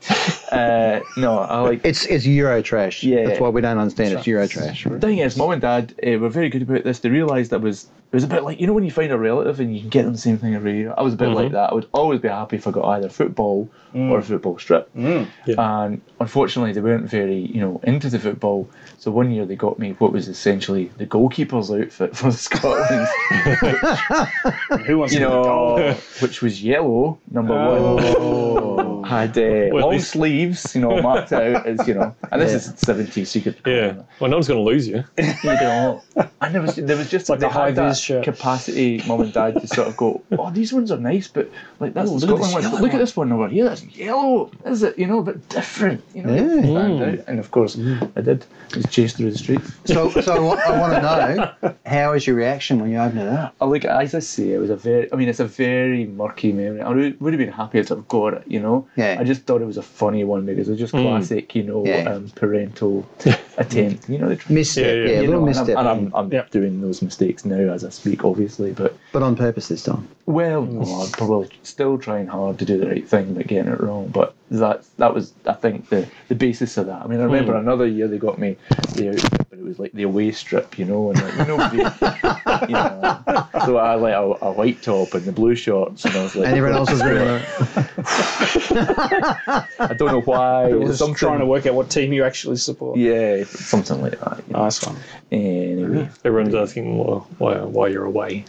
uh, no, I like It's it's Euro trash. Yeah. That's why we don't understand it's Euro trash. The thing is, mum and dad uh, were very good about this. They realised that was it was a bit like you know when you find a relative and you can get them the same thing every year. I was a bit Mm-hmm. like that. I would always be happy if I got either football or a football strip. Yeah. And unfortunately, they weren't very you know into the football. So one year they got me what was essentially the goalkeeper's outfit for Scotland. Who wants you to know, which was yellow number oh, one. Had uh, Well, at long least- sleeves, you know, marked out as you know. And this is seventies, so you could Yeah. Well, no one's going to lose you. you know, And there was there was just Like they a high had that vis shirt. capacity, mum and dad, to sort of go, oh, these ones are nice, but like that's Ooh, the look at this Scotland yellow one. Look at one." this one over here. That's yellow. Is it? You know, a bit different. You know. Yeah. Found Mm. out. And of course, I did. I was chased through the streets. So, so I wa- I want to know how is your reaction when you open it up? I like as I say, it was a very. I mean, it's a very murky memory. I would, would have been happier to have got it, you know. Yeah. I just thought it was a funny one because it was just classic, you know, Yeah. um, parental attempt. You know, they try, Missed it. Yeah, yeah. Yeah, you a little know, and missed I'm, it. and I'm, I'm Yeah. doing those mistakes now as I speak, obviously. But but on purpose this time. well, no, I'm probably still trying hard to do the right thing, but getting it wrong. But that that was, I think, the, the basis of that. I mean, I remember another year they got me the outfit, but it was like the away strip, you know, and like nobody, you know. So I had like a, a white top and the blue shorts, and I was like, And everyone else was wearing it. I don't know why. We're it's just something, trying to work out what team you actually support. yeah, something like that. you know. Nice one. Anyway, Everyone's asking why, why, why you're away.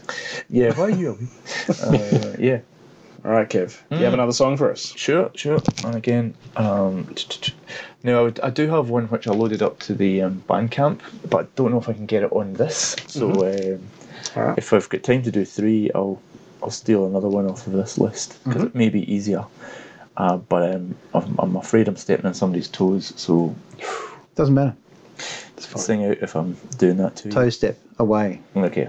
yeah, why are you? away? uh, yeah. All right, Kev. You have another song for us? Sure, sure. And again, um, now I, would- I do have one which I loaded up to the um, Bandcamp, but I don't know if I can get it on this. So um, Alright. if I've got time to do three, I'll I'll steal another one off of this list because it may be easier. Uh, but um, I'm, I'm afraid I'm stepping on somebody's toes, so Doesn't matter. sing out if I'm doing that too. Toe step away. Okay.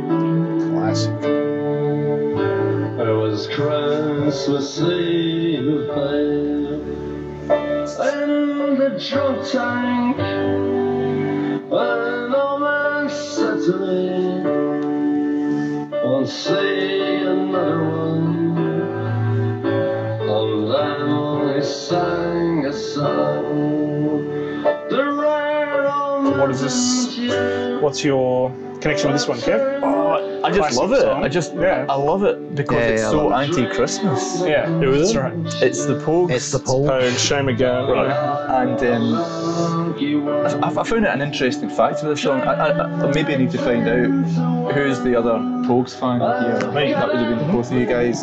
Classic. It was Christmas Eve, babe. In the drunk tank, an old man said to me, Won't see another one. And then he sang a song. The rare old What is this? mountain dew. What's your connection with this one, Kev? Oh, I just Classic love it. song. I just Yeah. I love it because Yeah, it's yeah, I so love anti-Christmas. Yeah, Who is that's it? right. It's the Pogues. It's the pole. Oh, shame again. and um, I, I found it an interesting fact with this song. I, I, I maybe need to find out who's the other Pogues fan here. Me. That would have been both of you guys.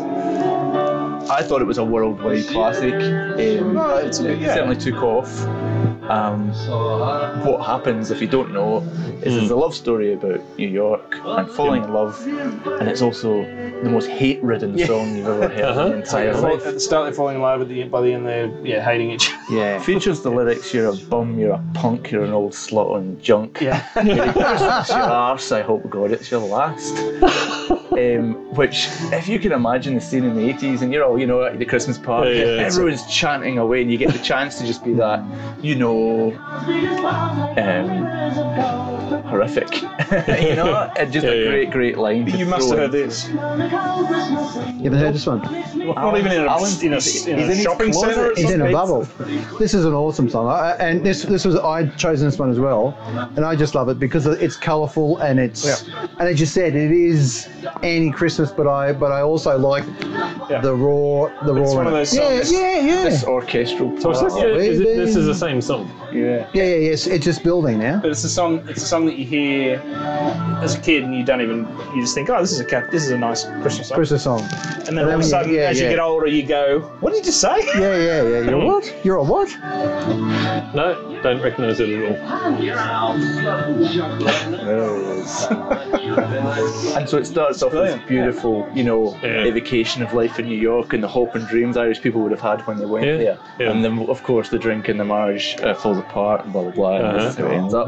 I thought it was a worldwide classic. Um, No, Uh, it's a bit- it yeah. certainly took off. Um, what happens if you don't know is it's a love story about New York and falling in love, and it's also the most hate-ridden song you've ever heard in Uh-huh. your entire At life. the start, they're falling in love. At the end, by the end, they're yeah hating each other. Yeah. Features the lyrics: "You're a bum, you're a punk, you're an old slut on junk." Yeah. It's your arse, I hope God, it's your last. um, which, if you can imagine the scene in the 80s and you're all, you know, at the Christmas party, Yeah, yeah, it's- everyone's chanting away and you get the chance to just be that, you know, Um, horrific. you know, it's just a Yeah, yeah. great, great line. to You must have throw heard in. this. You haven't heard this one? Not even in a, Alan's- in a, he's in in a his shopping closet. centre. or He's He's in something. a bubble. This is an awesome song, I, I- and this this was I'd chosen this one as well, and I just love it because it's colourful and it's and as you said, it is anti-Christmas, but I but I also like the raw the raw. It's one of in it. those songs- yeah, yeah, yeah. This orchestral So is this, part. the, is it, this is baby. the same song. Yeah. Yeah, yeah, yeah. It's, it's just building now. But it's a song. It's a song that you hear as a kid, and you don't even. You just think, oh, this is a cat. This is a nice Christmas song. Christmas song. and then all of a Yeah, sudden, yeah, as you yeah. get older, you go, what did you say? Yeah, yeah, yeah. You're a what? You're a what? No, don't recognise it at all. And so it starts off with this Brilliant. beautiful, you know, Yeah. evocation of life in New York and the hope and dreams Irish people would have had when they went Yeah, there. yeah. And then, of course, the drink and the marriage uh, falls apart and blah blah blah. Uh-huh. And this is how it ends up.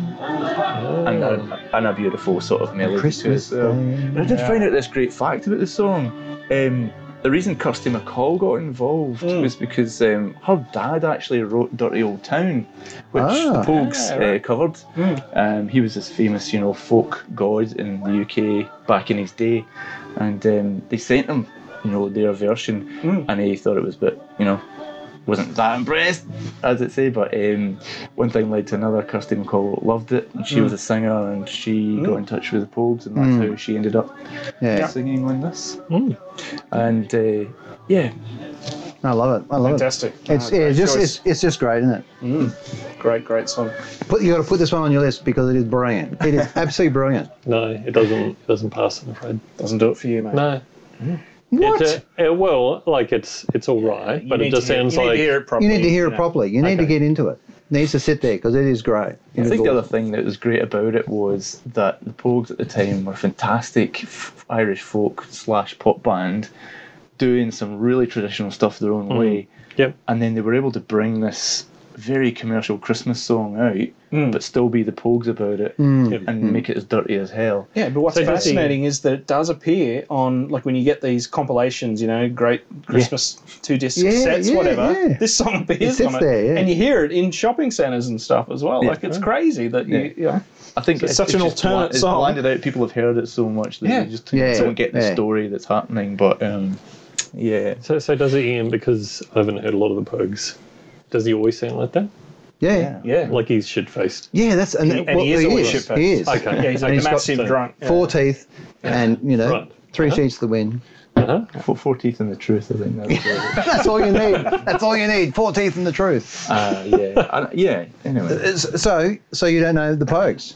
And a, and a beautiful sort of melody Christmas to it. So- And I did find out this great fact about the song. Um, the reason Kirsty McCall got involved was because um, her dad actually wrote "Dirty Old Town," which Ah. the Pogues uh, covered. Um, he was this famous, you know, folk god in the UK back in his day, and um, they sent him, you know, their version, and he thought it was, but you know, wasn't that impressed, as it say. But um, one thing led to another. Kirsty McCall loved it, and she was a singer, and she got in touch with the Pogues, and that's how she ended up Yeah. singing on this. And uh, yeah, I love it. I love Fantastic. it. It's Oh, yeah, great it's just choice. it's, it's just great, isn't it? great, great song. Put you got to put this one on your list because it is brilliant. It is absolutely brilliant. No, it doesn't. It doesn't pass. I'm afraid. Doesn't do it for you, mate. No. What? It, uh, uh, well, like it's it's all right, but You it need just to hear- sounds you need like to hear it you properly. need to hear you it know. properly. You need to Okay. get into it. needs to sit there because it is great. I think the other thing that was great about it was that the Pogues at the time were fantastic f- Irish folk slash pop band doing some really traditional stuff their Hmm. own way. Yep. And then they were able to bring this very commercial Christmas song out, Hmm. but still be the Pogues about it Yep. and make it as dirty as hell. Yeah, but what's So does he- fascinating is that it does appear on like when you get these compilations, you know, great Christmas two disc Yeah, sets, yeah, whatever. yeah. This song appears sits on it, there, yeah. and you hear it in shopping centres and stuff as well. Like it's crazy that you, you know, I think It's such an just bla- alternate it's song. blinded out. People have heard it so much that Yeah. they just Yeah, don't get the yeah. story that's happening. But um, yeah, So, so does it, Ian, because I haven't heard a lot of the Pogues, does he always sound like that? yeah. yeah, Yeah. yeah, Like he's shit faced. That's and, And well, he is always shit-faced. He is. Okay. yeah, he's like he's a got- massive drunk. Yeah. Four teeth, and you know, Right. 3 sheets to the wind. Uh-huh. four, four teeth and the truth. I think that's what That's all you need. That's all you need. Four teeth and the truth. uh, yeah, I- yeah. Anyway, It's- So, so you don't know the Pogues,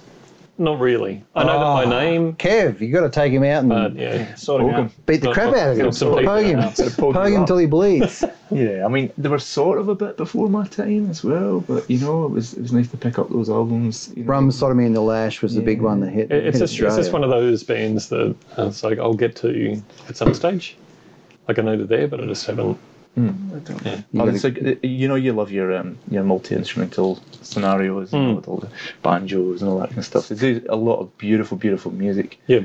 Not really. I know that Ah. by name, Kev? You got to take him out and but yeah. sort of. Welcome. beat the not- crap not- out of him. not Uh, some people Pogue him, out. Pogue pogue him him up. till he bleeds. yeah. I mean, they were sort of a bit before my time as well, but you know, it was it was nice to pick up those albums. You know. Rum, sodomy, and the lash was the big one that hit. It- It's hit just, it's just one of those bands that uh, it's like I'll get to at some stage. Like I know they're there, but I just haven't. Oh, it's like, you know, you love your um, your multi instrumental scenarios you know, with all the banjos and all that kind of stuff. So there's a lot of beautiful, beautiful music. Yeah.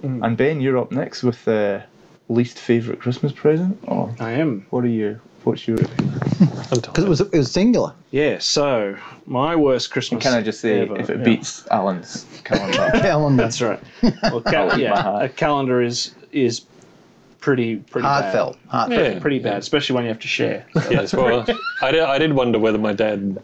Hmm. And Ben, you're up next with uh, least favorite Christmas present, or I am. what are you? What's your? I'm tired. Because it was it was singular. Yeah. So my worst Christmas. Can I just say ever, if it yeah. beats Alan's calendar? Calendar. That's right. Well, cal- yeah, a calendar is is pretty pretty bad. Heartfelt. Heartfelt. yeah, Pretty bad, especially when you have to share. yes. Well, I did, I did wonder whether my dad.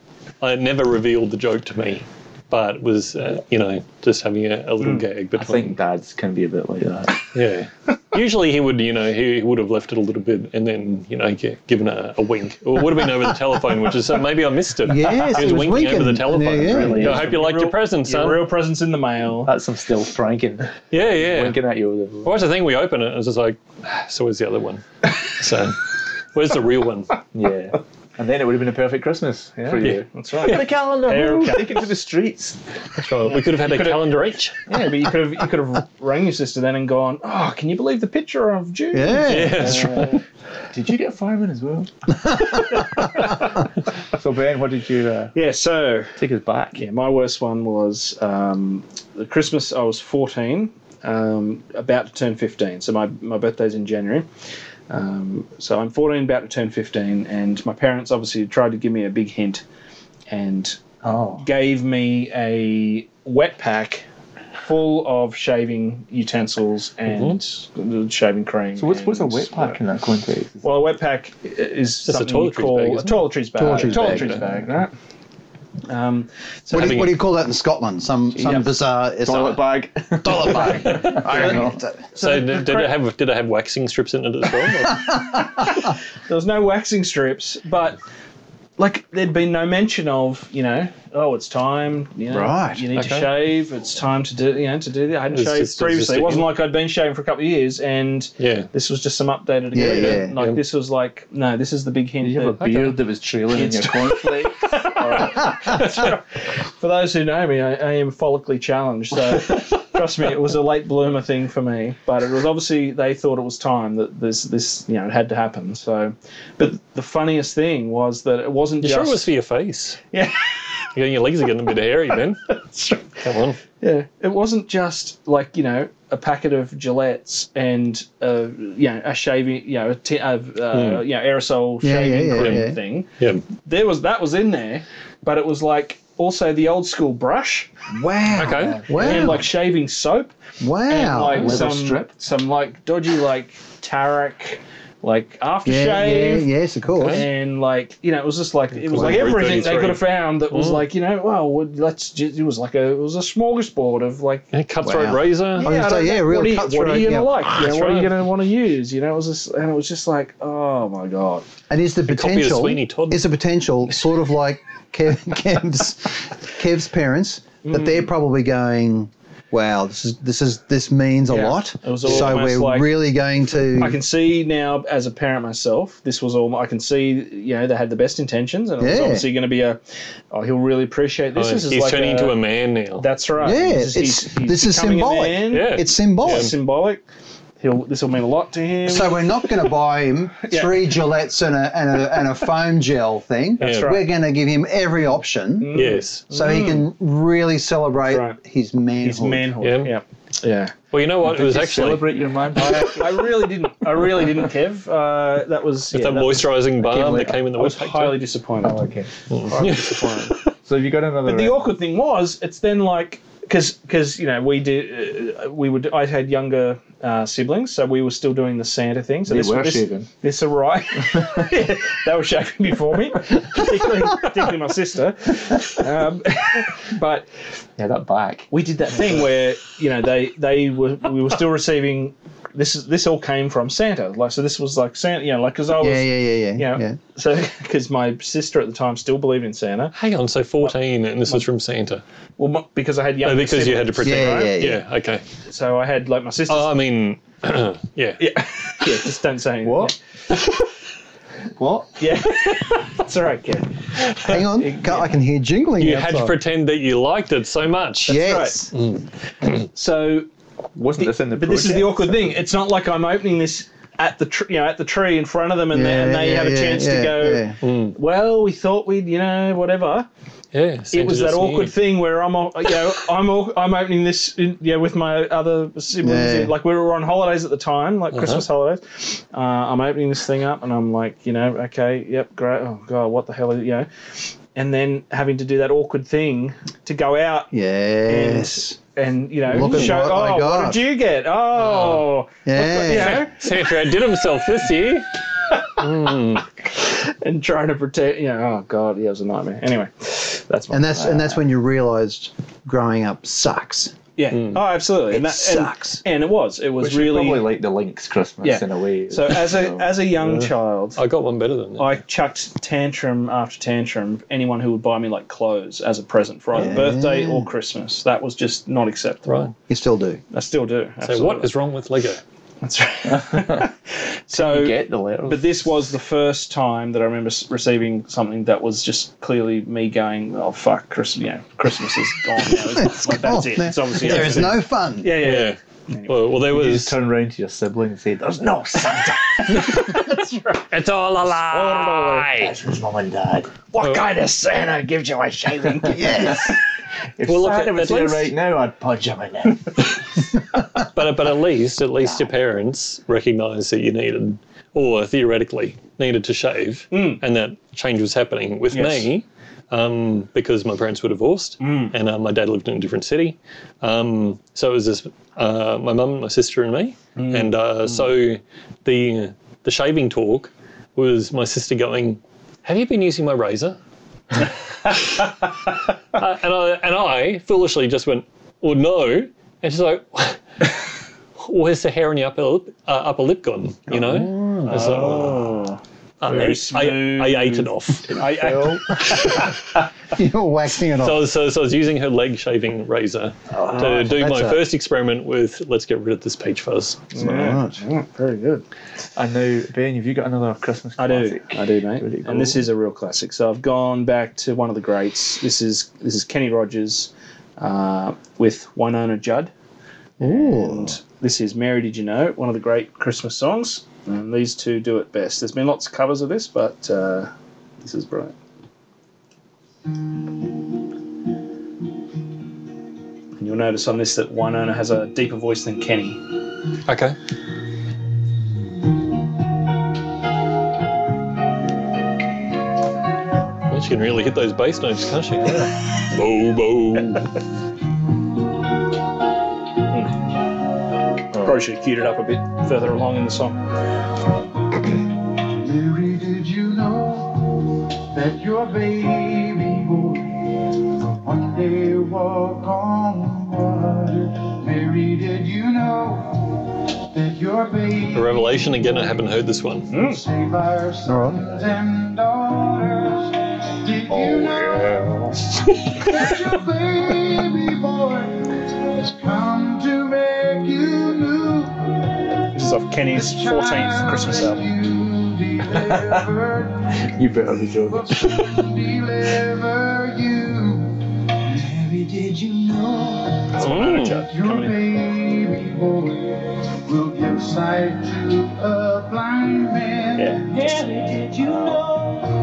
I never revealed the joke to me, but was uh, you know just having a, a Hmm. little gag I between. think dads can be a bit like that. Yeah. Usually he would, you know, he would have left it a little bit and then, you know, gi- given a, a wink. Or it would have been over the telephone, which is so maybe I missed it. Yes, he was, it was winking, over the winking. telephone. Yeah, yeah. Really I hope you liked your present, Yeah, son. real presents in the mail. That's some still pranking, yeah, yeah. winking at you. With Well, that's the thing. We open it and it's just like, so where's the other one? So, where's the real one? a, yeah. And then it would have been a perfect Christmas for Yeah. you. That's right. The calendar, There woo, we go. take it to the streets. We could have had a calendar each. Yeah, but you could have you could have rang your sister then and gone, oh, can you believe the picture of June? Yeah. Yeah, that's right. Did you get fireman as well? so Ben, what did you uh, Yeah, so take us back? yeah, my worst one was um, the Christmas. I was fourteen, um, about to turn fifteen. So my my birthday's in January. Um, so I'm fourteen, about to turn fifteen, and my parents obviously tried to give me a big hint, and Oh, gave me a wet pack full of shaving utensils and shaving cream. so what's what's a and- wet pack in that context? Well, a wet pack i- is Just a something you toiletries call bag, a isn't it? toiletries bag. Toiletries bag. toiletries bag, right? Um, so What do, having you, what do you call that in Scotland? Some some bizarre it's Toilet a- bag. Dollar bag. I don't know. So, did, did it have did it have waxing strips in it as well? there was no waxing strips, but like there'd been no mention of you know oh it's time you know, Right, you need to okay. shave it's time to do you know to do that I hadn't It's shaved just- it's just previously a- it wasn't like I'd been shaving for a couple of years and yeah. this was just some updated Yeah, agreement. yeah. like Yeah. this was like no this is the big hint Did you have that- a beard that was trailing in your cornflake? for those who know me, I, I am follically challenged. So trust me, it was a late bloomer thing for me. But it was obviously they thought it was time that this this you know it had to happen. So, but the funniest thing was that it wasn't You just sure it was for your face? Yeah. You know, your legs are getting a bit hairy, man. Come on. yeah it wasn't just like you know a packet of Gillettes and uh, you know a shaving you know a t- uh, Hmm. uh, you know aerosol Yeah, yeah, shaving yeah, cream yeah. thing. Yeah. There was that was in there, but it was like also the old school brush Wow. Okay. Wow. and like shaving soap. wow. and like leather some strip. some like dodgy like tarrac, like yeah, aftershave, yeah, yes, of course. and like you know it was just like it was like Glade everything they 33. could have found that was Mm. like you know well would- let's just, it was like a it was a smorgasbord of like. Yeah, cutthroat Wow. razor. Oh, was gonna I don't say, yeah, know, real what, are you, what cutthroat, are you gonna yeah. like? You know, That's what are you right. gonna want to use? You know, it was just and it was just like, oh my god, And is the copy of potential Sweeney Todd. is the potential sort of Hmm. like Kev, Kev's Kev's parents that they're probably going, wow, this is this is this means a Yeah. lot. It was so almost we're like- really going to. I can see now, as a parent myself, this was all I can see. You know, they had the best intentions, and it was Yeah. obviously going to be a. Oh, he'll really appreciate this. Oh, this is he's like turning into a man now. That's right. Yeah, He's- it's- he's- he's this is becoming a symbolic. man. Yeah. it's symbolic. It's symbolic. He'll. This will mean a lot to him. So we're not going to buy him Yeah. three Gillettes and a, and a and a foam gel thing. That's We're going to give him every option yes. so he can really celebrate Mm. That's right. his manhood. His manhood. Yeah. Yeah. yeah. Well, you know what? It was actually celebrate your man. I, I really didn't. I really didn't, Kev. Uh, that was yeah, that that was- moisturising balm that came in the I was webpack. highly disappointed. Oh, okay. Highly disappointed. So have you got another? uh, But the awkward thing was, it's then like because because you know we did uh, we would I had younger uh, siblings, so we were still doing the Santa thing. So They this were this, shaving. This arrived. they were shaving before me, particularly, particularly my sister. Um, but yeah, that back. we did that thing where you know they they were we were still receiving this is this all came from Santa like so this was like Santa you know like because I was Yeah, yeah, yeah, yeah. you know, yeah. so because my sister at the time still believed in Santa Hang on, so 14 and this was from Santa. well my, because I had young Oh, because you had to protect. Yeah, yeah, yeah. Yeah, okay. so I had like my sister Oh, I mean, yeah. yeah yeah just don't say anything What? What? yeah that's all right kid Hang on, Can't- I can hear jingling. You had to outside. pretend that you liked it so much. Yes. so Wasn't this in the? but this is the awkward thing it's not like I'm opening this at the tr- you know at the tree in front of them and, they, and they have a chance to go well we thought we'd you know whatever Yeah. Santa it was that just knew. awkward thing where I'm, all- you know, I'm, all, I'm opening this, in, yeah, with my other siblings. Yeah. in- Like we were on holidays at the time, Uh-huh. like Christmas holidays. Uh, I'm opening this thing up, and I'm like, you know, okay, yep, great. Oh god, what the hell, is, you know? And then having to do that awkward thing to go out and Yes. and you know, Look at show, what I oh, what got." did you get? Oh, Yeah. you know, Santa outdid himself this year. and trying to protect, you know, oh god, yeah, it was a nightmare. Anyway, that's my And that's and that's when you realised growing up sucks. yeah, oh, absolutely, and It that and- sucks. And, it was, it was Hmm. Which really really probably like the Lynx Christmas Yeah. in a way. So as a Oh, as a young child, I got one better than that. I chucked tantrum after tantrum. Anyone who would buy me like clothes as a present for either birthday or Christmas, that was just not acceptable. Right. You still do. I still do. So what is wrong with Lego? That's right. so, get the letter. but this was the first time that I remember s- receiving something that was just clearly me going, "Oh fuck, Christmas! You know, Christmas is gone now. It's, like, that's gone it. now. It's obviously There is over. no fun. Yeah, yeah, yeah. Yeah. Well, well, there you was. just turn around to your sibling and say, "There's no Santa." It's all a lie. That's his mum and dad. Well- What kind of Santa gives you a shaving? yes. If Well, look, Santa at- was at here least- right now, I'd punch him in it. But but at least at least your parents recognised that you needed, or theoretically needed to shave, and that change was happening with Yes. me, um, because my parents were divorced and uh, my dad lived in a different city, um, so it was this, uh, my mum, my sister, and me, and uh, so the the shaving talk was my sister going, "Have you been using my razor?" Uh, and I and I foolishly just went, "Well, no," and she's like. where's the hair on your upper lip, uh, upper lip gone? You know? I was like, "Oh." I, Very ate, I, I ate it off. so, I, I, You're waxing it off. I was- so, so I was using her leg shaving razor to do that's my a- first experiment with let's get rid of this peach fuzz. Right. And now, Ben, have you got another Christmas I do, classic? I do, mate. Really cool. And this is a real classic. So I've gone back to one of the greats. This is this is Kenny Rogers uh, with Winona Judd. Oh. And this is Mary Did You Know, one of the great Christmas songs. And these two do it best. There's been lots of covers of this, but uh, this is brilliant. And you'll notice on this that Winona has a deeper voice than Kenny. Okay. Well, she can really hit those bass notes, can't she? bo bo. Probably should have queued it up a bit further along in the song. Mary, did you know that your baby boy will one day walk on water? Mary, did you know that your baby A revelation again. I haven't heard this one. save our sons and daughters? Did you know that your baby boy has come Kenny's 14th Christmas album. You better be joking. deliver you. Mary, did you know That's one out of judge. your Coming in. baby boy will give sight to a blind man? Yeah. Mary, did you know?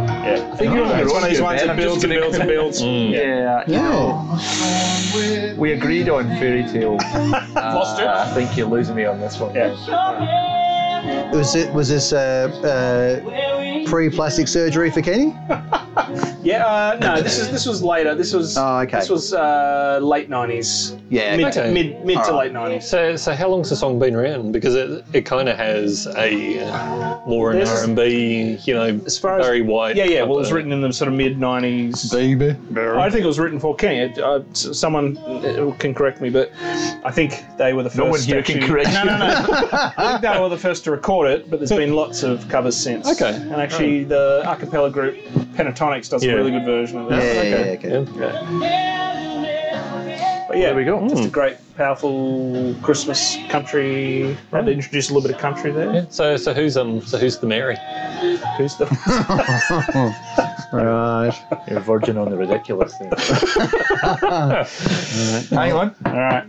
Yeah. think you're on your It's one of these own ones good, that man. builds and builds and builds. Mm. Yeah, you know, With we agreed on fairy tales. Lost it. Uh, I think you're losing me on this one. Yeah. Was it was this uh, uh, pre plastic surgery for Kenny? Yeah, uh, no, this is this was later. This was Oh, okay. this was uh, late 90s, Yeah. mid Okay. mid mid to late 90s. So, so how long's the song been around? Because it, it kind of has a uh, more an There's- R and B, you know, As far as very white. yeah, yeah. Well, it was upper- written in the sort of mid 90s. Baby. I don't think it was written for Kenny. It, uh, s- someone uh, can correct me, but I think they were the first. No one here can to- correct No, no, no. I think they were the first to record it, but there's been lots of covers since. Okay. And actually, the a cappella group Pentatonics does Yeah. a really good version of Yeah, that. yeah, yeah, okay. Yeah. But yeah, There we go. Hmm. Just a great, powerful Christmas country. Had to introduce a little bit of country there. Yeah. So, so who's um, so who's the Mary? Who's the Right. You're verging on the ridiculous thing. Hang on. all right?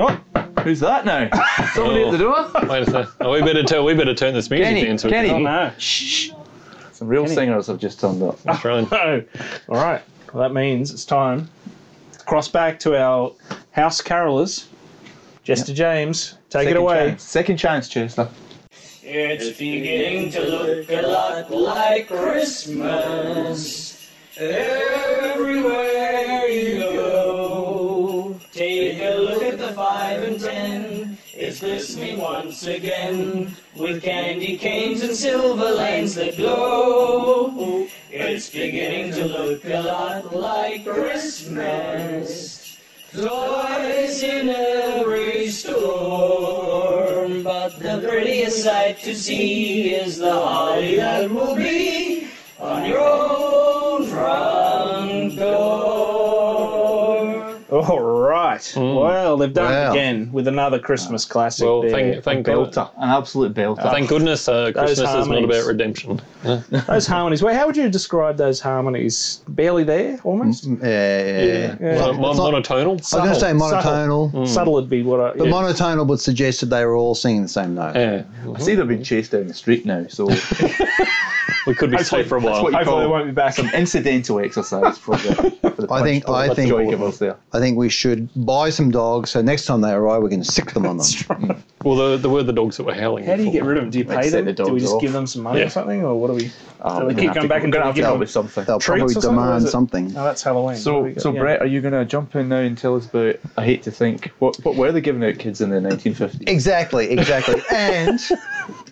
Oh, Who's that now? Somebody Oh. at the door? Wait a sec. Oh, we better turn. We better turn this music Kenny, down so Kenny. oh no! Some real singers have just turned up. we can try No. All right. Well, that means it's time to cross back to our house carolers. Jester James, take it Second away. chance. Second chance, Chester. It's beginning to look a lot like Christmas. Everywhere you go, take a look at the five and ten. It's glistening once again with candy canes and silver lanes that glow. It's beginning to look a lot like Christmas. Toys in every store. But the prettiest sight to see is the holly that will be on your own front door. All right. Hmm. Well, they've done Wow. it again with another Christmas classic. Well, there. thank, thank God. Belter. An absolute belter. Thank goodness uh, Christmas is not harmonies. about redemption. Yeah. those harmonies. Well, how would you describe those harmonies? Barely there, Hmm. almost. Yeah. Yeah. Mon- mon- I monotonal. was going to say subtle. monotonal, Subtle would be what I. but yeah. monotonal would suggest that they were all singing the same note. Yeah. I see they've been chased down the street now, so We could be safe for a that's while. what Hopefully, you they call won't be back. incidental exercise for the, for the I think- punch bowl. I Let's think- joy givers there. I think we should buy some dogs so next time they arrive, we can sick them on them. Well, there, there were the dogs that were howling. How do you get rid of them? Do you Like, pay set them? the do we dogs just off. give them some money Yeah. or something, or what do we? Oh, do we're they gonna keep have to going back go- and we're gonna have to give help them? with something. They'll Treats or probably something, or is demand it- something. Oh, that's Halloween. What do So, we got? so Yeah. Brett, are you going to jump in now and tell us about? I hate to think. What what were they giving out kids in the 1950s? Exactly, exactly. and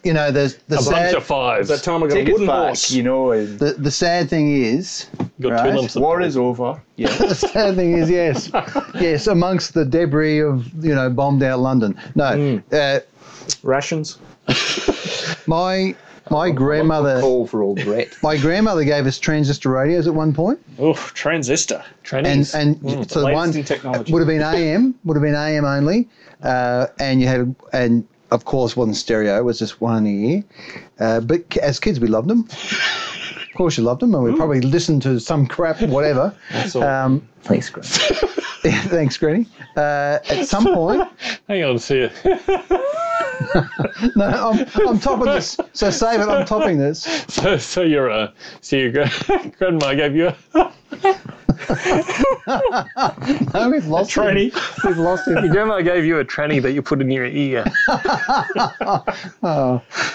you know, the the A bunch sad of fives. that time I got Take a it wooden back, horse. you know. And the, the sad thing is, got Right. two lumps of war is over. Yeah. the sad thing is, yes, yes, amongst the debris of you know bombed out London. No, Hmm. uh, Rations. my my grandmother. Call for old Brett. My grandmother gave us transistor radios at one point, Oh, transistor. and trannies. and so Hmm. Latest one in technology. would have been AM, would have been AM only, uh, and you had and of course it wasn't stereo, it was just one ear. Uh, but k- as kids, we loved them. Of course, you loved them, and Hmm. we probably listened to some crap, whatever. So- uh, Um, Thanks, Grant. thanks, Granny. Uh, at some point, Hang on, see you. no, I'm, I'm topping this, so save it. I'm topping this. So, so your uh, so your gra- grandma gave you a No, we've lost him. We've lost him. grandma gave you a tranny that you put in your ear.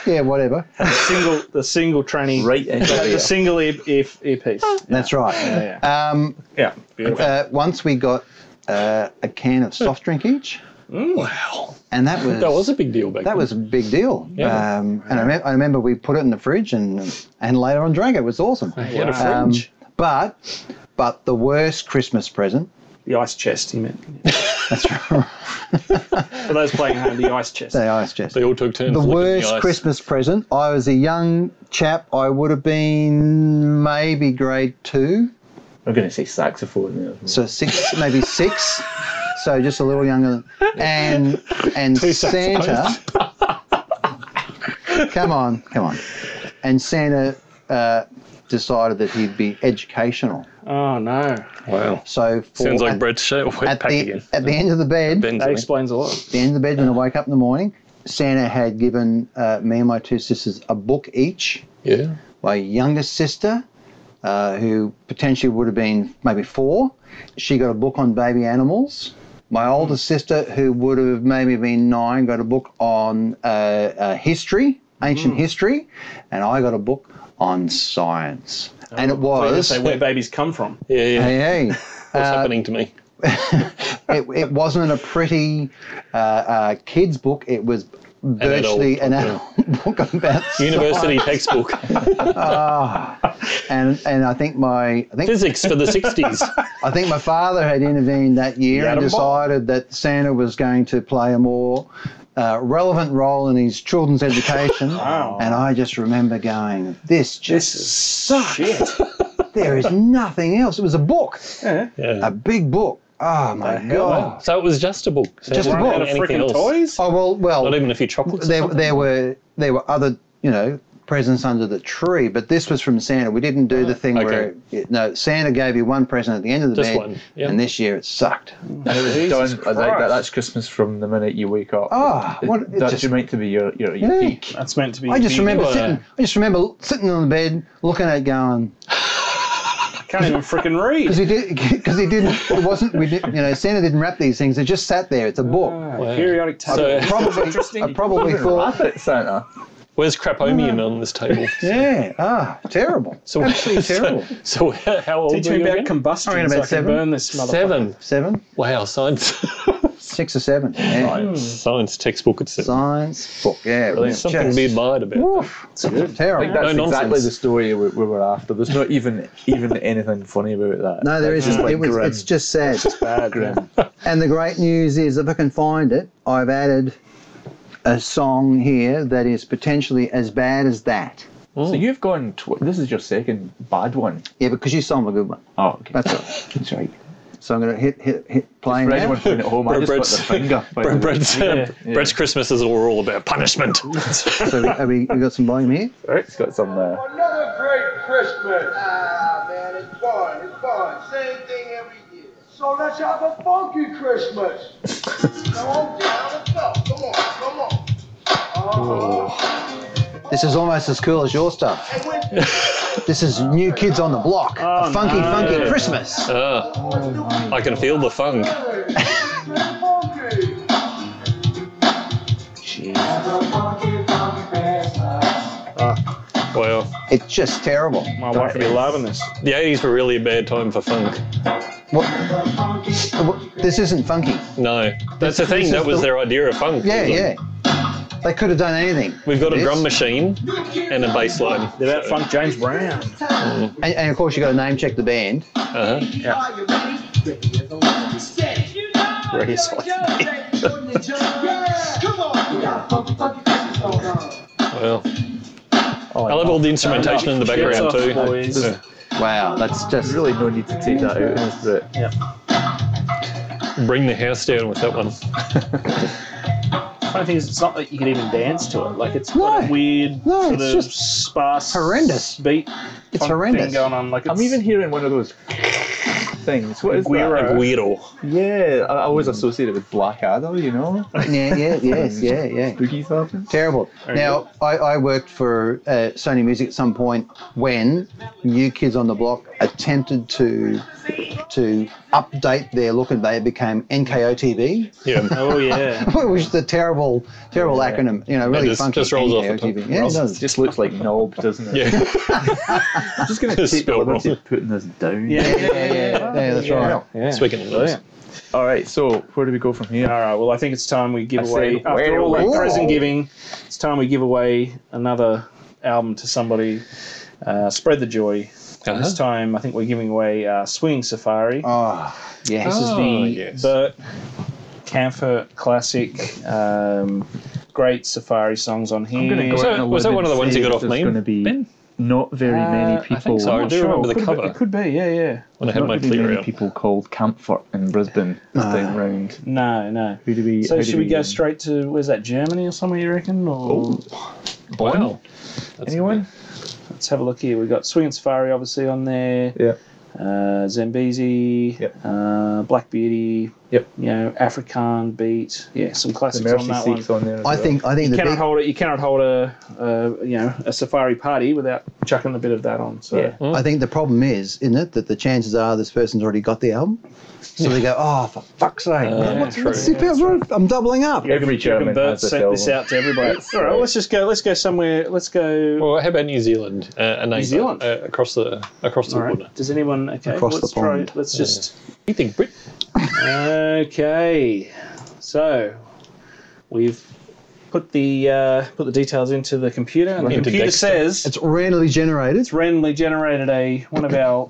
Yeah, whatever. Single. The single tranny. Right in The, the the single ear, ear, earpiece. That's right. Um, Yeah. Beautiful. uh, once we got uh, a can of soft drink each, Wow. and that was Mm, That was a big deal back That then. was a big deal. Yeah. Um, and I, me- I remember we put it in the fridge and and later on drank it. It was awesome. What a Wow. Um, fringe. but but the worst Christmas present. The ice chest. He meant. For those playing home, the ice chest. The ice chest. they all took turns. The licking worst the ice. Christmas present. I was a young chap. I would have been maybe grade two, I'm going to say saxophone. There. so six, maybe six. So just a little younger. And and Two saxophones. Santa. come on, come on. And Santa uh, decided that he'd be educational. Oh no, Wow. So for, Sounds like at- Brett's show at, pack the, again. at the end of the bed, Ben's that doing. explains a lot. the end of the bed when I woke up in the morning, Santa had given uh, me and my two sisters a book each. Yeah. My youngest sister, uh, who potentially would have been maybe four, she got a book on baby animals. My older sister, who would have maybe been nine, got a book on uh, uh, history, ancient history, and I got a book on science. and it So you was say where babies come from. Yeah, yeah. hey, uh, hey What's happening to me? it, it wasn't a pretty uh, uh, kids book. It was virtually an adult, adult book about University textbook. and and I think my I think Physics for the 60s. I think my father had intervened that year and decided that Santa was going to play a more uh, relevant role in his children's education. And I just remember going, "This just sucks. there is nothing else." It was a book, a Yeah. big book. Oh my god! So it was just a book. So Just it a wasn't book. Anything else. toys. Oh well, well. Not even a few chocolates. there, there were there were other you know presents under the tree, but this was from Santa. We didn't do the thing Uh-huh. Okay. where it, no Santa gave you one present at the end of the Just bed, one, yeah. and this year it sucked. And it was Jesus done. I like that. Christ. That's Christmas from the minute you wake up. Ah, what- it that's just- just, meant to be your your, your Yeah. peak. That's meant to be. I just big. remember were- sitting. I just remember sitting on the bed, looking at it, going I can't even freaking read. because he did because he didn't. It wasn't. We did. You know, Santa didn't wrap these things. It just sat there. It's a Ah. book. Wow. Periodic table. So- Probably, Interesting. I probably thought, Wrap it, Santa. Hmm. Where's crapomium on this table? yeah, ah, terrible, So, absolutely so- terrible. So, how old Teach were me you about again? combustion. I reckon so about I seven. Can burn this motherfucker. Seven. Seven, Wow, science. six or seven. Yeah. science textbook at seven. Science book. Yeah, There's something to be admired about. Woof. Terrible. Like, that's No exactly nonsense. the story we, we were after. There's not even even anything funny about that. No, there That's just isn't. like It was, grim. it's just sad. bad. Grim. and the great news is, if I can find it, I've added a song here that is potentially as bad as that. Oh. So you've gone. Tw- this is your second bad one. Yeah, because you sung a good one. Oh, okay. That's all. That's right. So I'm going to hit hit hit play For now. anyone playing at home, I just got Brett's- the finger. by the Brett- way. Brett's, uh, Yeah. Brett's Christmases are all about punishment. So we, have we, we got some volume here. Right, it's got some. Uh, Another great Christmas. Ah, man, it's fun. It's fun. Same thing every year. So let's have a funky Christmas. come on down. Let's go. Come on. Come on. Oh. Uh-huh. This is almost as cool as your stuff. And when you This is New Kids on the Block, Oh, a funky, funky Christmas. Ah, I can feel the funk. funky. Wow. It's just terrible. My wife would be loving this. The 80s were really a bad time for funk. What, what- this isn't funky. No. That's the thing. is That was the- their idea of funk. Yeah, wasn't it? yeah. They could have done anything. We've got a This. drum machine and a bass line. Did that funk James Brown? And, and of course, you got to name check the band. Uh-huh. Well, oh, I love all the instrumentation in the background Cheers off, too. boys. Wow, that's just Really, no need to take that out. Is it? Bring the house down with that one. Funny thing is, it's not that you can even dance to it. Like it's No. got a weird No, sort it's of just sparse, horrendous. beat. It's funk horrendous. Thing going on. Like it's, I'm even hearing one of those things. What is Guiro. that? Weirdo. Yeah, I I always associate it with Blackadder, you know? yeah, yeah, yes, yeah, yeah. Spooky something. Terrible. Now, I, I worked for uh, Sony Music at some point when New Kids on the Block attempted to to update their look, and they became NKOTB, Yeah. Oh yeah. which is a terrible, terrible acronym. You know, really just- funky. just rolls off the NKOTB. tongue. Yeah, it It does. just looks like knob, doesn't it? Yeah. I'm just going to take the Spelled wrong. liberty of putting this down. Yeah, yeah, yeah. Yeah, that's right. yeah. Speaking of those. All right, so where do we go from here? All right. Well, I think it's time we give I away said, wait after all a that minute. present giving. It's time we give away another album to somebody. Uh, spread the joy. And This Uh-huh. time, I think we're giving away uh, Swinging Safari. Oh, yes. This is the Oh, yes. Burt Camphor classic. Um, great safari songs on here. gonna go Was out that, on a was that limb one of the and ones say you got that off there's me? gonna be- Ben? Not very Uh, many people. so. I Not do remember the could have cover. been- It could be, yeah, yeah. When I had not my very many clear out. people called Camphor in Brisbane this time round. No, no. Who do we? Ah. So how do should we go um, straight to where's that Germany or somewhere you reckon? Or Bon. Wow. Anyone? Let's have a look here. We've got Swing and Safari, obviously, on there. Yeah. Uh, Zambezi, Yep. uh, Black Beauty, Yep. you know, African Beat, yeah, some The classics on Mercy that one. Seek's on there. as I well. think I think You the cannot big, hold it. You cannot hold a, a you know a safari party without chucking a bit of that on. So Yeah. I think the problem is, isn't it, that the chances are this person's already got the album, so they go, oh for fuck's sake, Uh, what's, true, what's the appeal? I'm doubling up. every German Bert has this sent album. this out to everybody. All right, let's just go. Let's go somewhere. Let's go. Well, how about New Zealand? Uh, a neighbour, Zealand? uh, across the across the All border. right. Does anyone? Okay, Across the let's try. pond. Let's just. You think Brit? Okay, so we've put the uh, put the details into the computer, and the Into computer Dexter. says It's randomly generated. it's randomly generated a one of our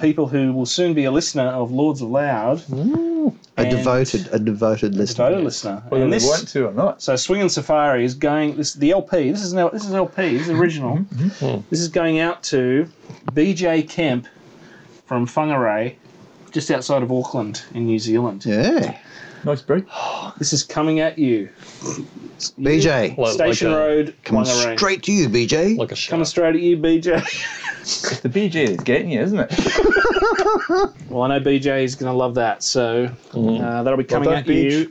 people who will soon be a listener of Lords of Loud, A and- devoted, a devoted listener. photo listener, Whether and they this. want to or not. So Swing and Safari is going this the LP. This is now this is LP. This is original. Hmm. This is going out to BJ Kemp from Whangarei, just outside of Auckland in New Zealand. Yeah, Nice break. This is coming at you. BJ, Like- Station like a- Road, coming Whangarei. straight to you, BJ. Like a shark. Coming straight at you, BJ. The BJ is getting you, isn't it? Well, I know BJ is going to love that, so uh, that'll be coming done, at you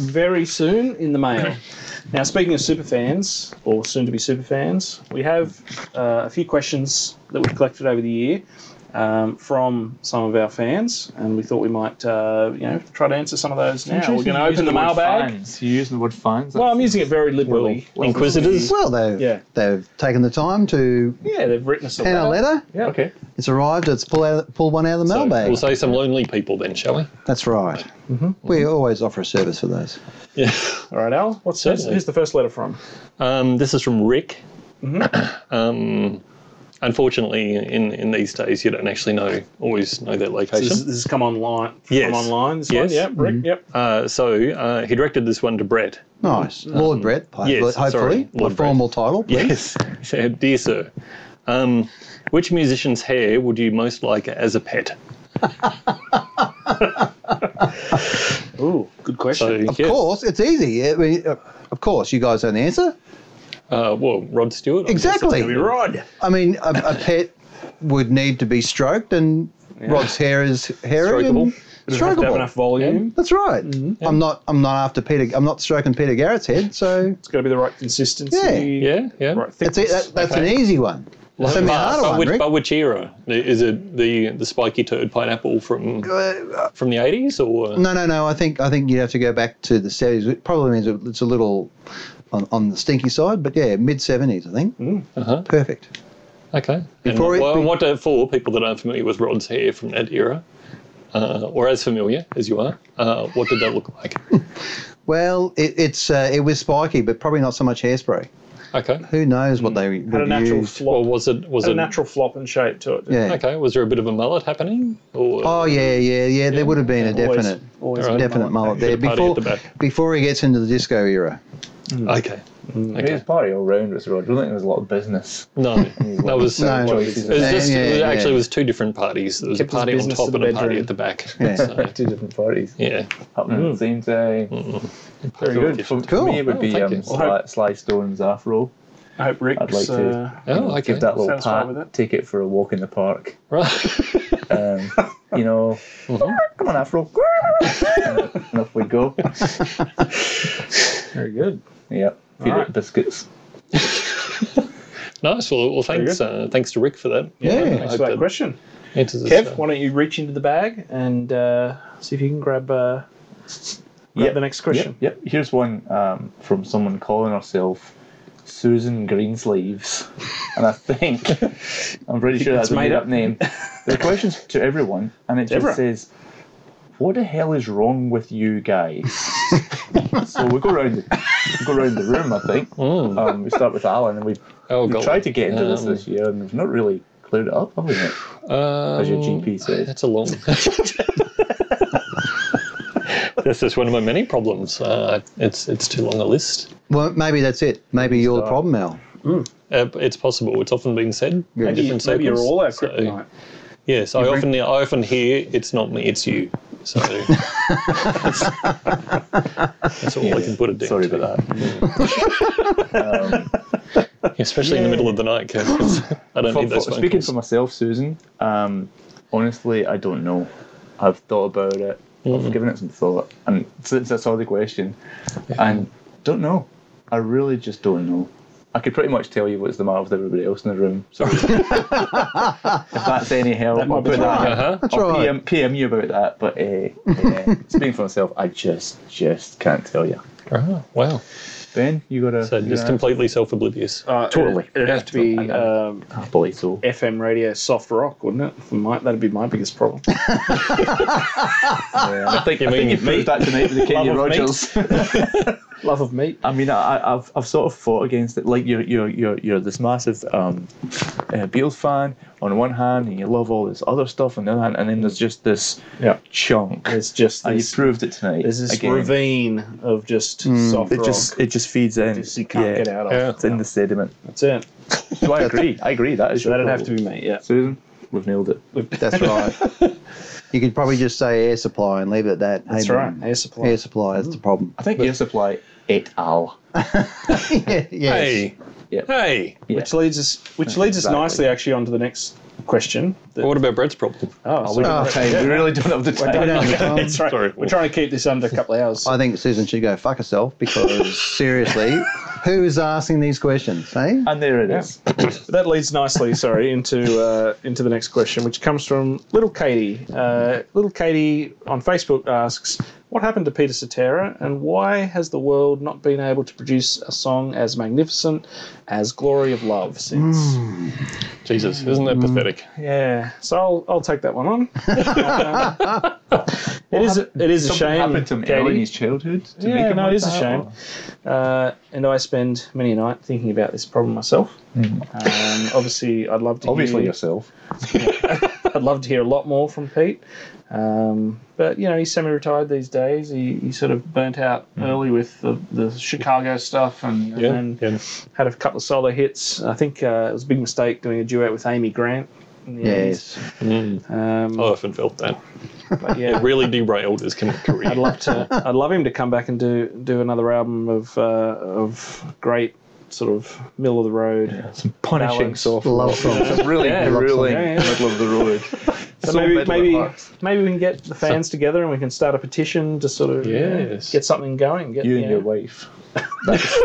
very soon in the mail. now, speaking of superfans, or soon to be superfans, we have uh, a few questions that we've collected over the year um, from some of our fans, and we thought we might, uh, you know, try to answer some of those now. We're going to open the mailbag. Fans. You're using the word fans. Well, I'm using it very liberally. Inquisitors. Well, they've Yeah. they've taken the time to Yeah, they've written us a pen a letter. letter. yeah. Okay. It's arrived. It's pull out, pull one out of the So mailbag. we'll say some lonely people then, shall we? That's right. We always offer a service for those. Yeah. All right, Al, what's this? Certainly. Who's the first letter from? Um, this is from Rick. um, unfortunately, in, in these days, you don't actually know always know their This, location. this has come online. Yes. Come online. This Yes. One? Yep. Rick. Yep. Uh, so uh, he directed this one to Brett. Nice, Lord Brett. ho- yes, hopefully, sorry, a Lord Brett. formal title. please. Yes. He said, Dear sir, um, which musician's hair would you most like as a pet? Ooh, good question. So, Of course, it's easy. I mean, uh, of course, you guys know the answer. Uh, well, Rod Stewart. I guess that's Exactly. gonna be Rod. Rod. I mean, a, a pet would need to be stroked, and Rod's hair is hairy and Have Strokable. to have enough strokable. volume. That's right. Mm-hmm. I'm not. I'm not after Peter. I'm not stroking Peter Garrett's head. So It's got to be the right consistency. Yeah. Yeah, yeah. Right that's thickness. it. That, that's Okay. an easy one. But, Send me a harder but one, which, Rick. but which era is it? The the spiky turd pineapple from from the eighties or Uh, No, no, no. I think I think you have to go back to the seventies. It probably means it- it's a little on, on the stinky side, but yeah, mid seventies. I think Uh-huh. perfect. okay? Before and, it- well, and what uh, for people that aren't familiar with Rod's hair from that era, uh, or as familiar as you are, uh, what did that look like? Well, it, it's uh, it was spiky, but probably not so much hairspray. Okay. Who knows Mm. what they would Had a natural use? flop. Well, was it was had it a natural flop and shape to it. Yeah. Okay. Was there a bit of a mullet happening? Or Oh yeah, yeah, yeah. There would have been a Always, definite, always Alright. definite mullet there Bit of party before at the back. before he gets into the disco era. okay. Mm, It was Okay. party all round with Rod. I don't think there was a lot of business. No, that was, uh, No. it was Choices. Yeah, just yeah, it yeah. actually was two different parties. There was Kept a his party on business top to the and a party bedroom. at the back. Yeah. So, Two different parties yeah. happening at the same time. Very good. For, for Cool. me, it would Oh, be thank um, you. Sly, Sly Stone's afro. I hope Rick's. I'd like to- uh, Oh, okay. Give that little Satisfied pat. with it? Take it for a walk in the park. Right. Um, you know, come on, afro. and off we go. very good. Yep. Feed All it right. biscuits. Nice. Well, well thanks. Uh, thanks to Rick for that. Yeah. Thanks for that question. Answers us, Kev, uh, why don't you reach into the bag and uh, see if you can grab, uh, grab Yep. the next question? Yep, yep. Here's one um, from someone calling herself Susan Greensleeves, and I think I'm pretty sure that's a made made up. up name. The question's to everyone, and it just Everyone. says, "What the hell is wrong with you guys?" so we go around, the, we go around the room. I think Mm. um, we start with Alan, and we Oh, we God. tried to get into this Um, this year, and we've not really cleared it up, have we? mate? Um, As your GP says, That's a long. this is one of my many problems. Uh, it's it's too long a list. Well, maybe that's it. Maybe you're the Start. problem, Al. Uh, it's possible. It's often been said. in Maybe, different maybe you're circles. all our So, kryptonite. Yes, I often I often hear it's not me, it's you. So that's, that's all I can put it down. sorry to. about that. um, Especially in the middle of the night, because I don't For- need for- those phone speaking calls. for myself, Susan, um, honestly, I don't know. I've thought about it. I've given it some thought, and since I saw the question, and don't know. I really just don't know. I could pretty much tell you what's the matter with everybody else in the room. So if that's any help, I'll put that. Uh-huh. That's I'll right. PM, PM you about that. But uh, uh, speaking for myself, I just just can't tell you. Oh, wow. Ben, you got to So just completely self-oblivious. Uh, Totally. It'd, it'd have to be I know. um, I believe so. FM radio soft rock, wouldn't it? For my, that'd be my biggest problem. Yeah, I think You I mean think you proved that tonight with the Kenny Love of meat. Rogers. Love of meat. I mean, I, I've I've sort of fought against it. Like you're you're you're you're this massive um, uh, Beatles fan on the one hand, and you love all this other stuff on the other hand, and then there's just this Yeah. chunk. It's just and you this, proved it tonight. there's this again. ravine of just soft Hmm. It rock. just it just feeds in. Just you can't Yeah. get out of. Yeah. It's in the sediment. That's it. So I agree. I agree. That is So your that'd have to problem. be me. Yeah. Susan. We've nailed it. That's right. you could probably just say air supply and leave it at that. That's Hey, right. man, Air supply. Air supply is the problem. I think air supply et al. yeah, yes. Hey, Yep. hey. Which leads us, which leads Exactly. us nicely actually onto the next question. But what about Brett's problem? Oh, sorry. Oh, Hey, we really don't have the time. No, no, no, Um, it's right. Sorry. We're trying to keep this under a couple of hours. I think Susan should go fuck herself because seriously, who is asking these questions? Hey, And there it is. that leads nicely, sorry, into uh, into the next question, which comes from Little Katie. Uh, Little Katie on Facebook asks, "What happened to Peter Cetera, and why has the world not been able to produce a song as magnificent as Glory of Love since?" Hmm. Jesus, isn't that pathetic? Yeah, so I'll, I'll take that one on. Uh, it is a- it is a Something shame. happened to him Katie. early in his childhood. To Yeah, make him no, like it is a that, shame. or- Uh, and I spend many a night thinking about this problem myself. Um, obviously, I'd love to. Hmm. Obviously hear, yourself. I'd love to hear a lot more from Pete. Um, but you know, he's semi-retired these days. He, he sort of burnt out early with the, the Chicago stuff, and, and Yeah. then yeah. had a couple of solo hits. I think uh, it was a big mistake doing a duet with Amy Grant. in the yes, Mm. 80s. Um, I often felt that. but yeah, Really derailed his kind of career. I'd love to. I'd love him to come back and do do another album of uh, of great sort of middle of the road. Some punishing Balance. soft love songs. really Yeah, grueling yeah, yeah. middle of the road. So, So maybe middle maybe of hearts. maybe we can get the fans together and we can start a petition to sort of Yes. get something going. Get, uh, you know. and your wife. That's,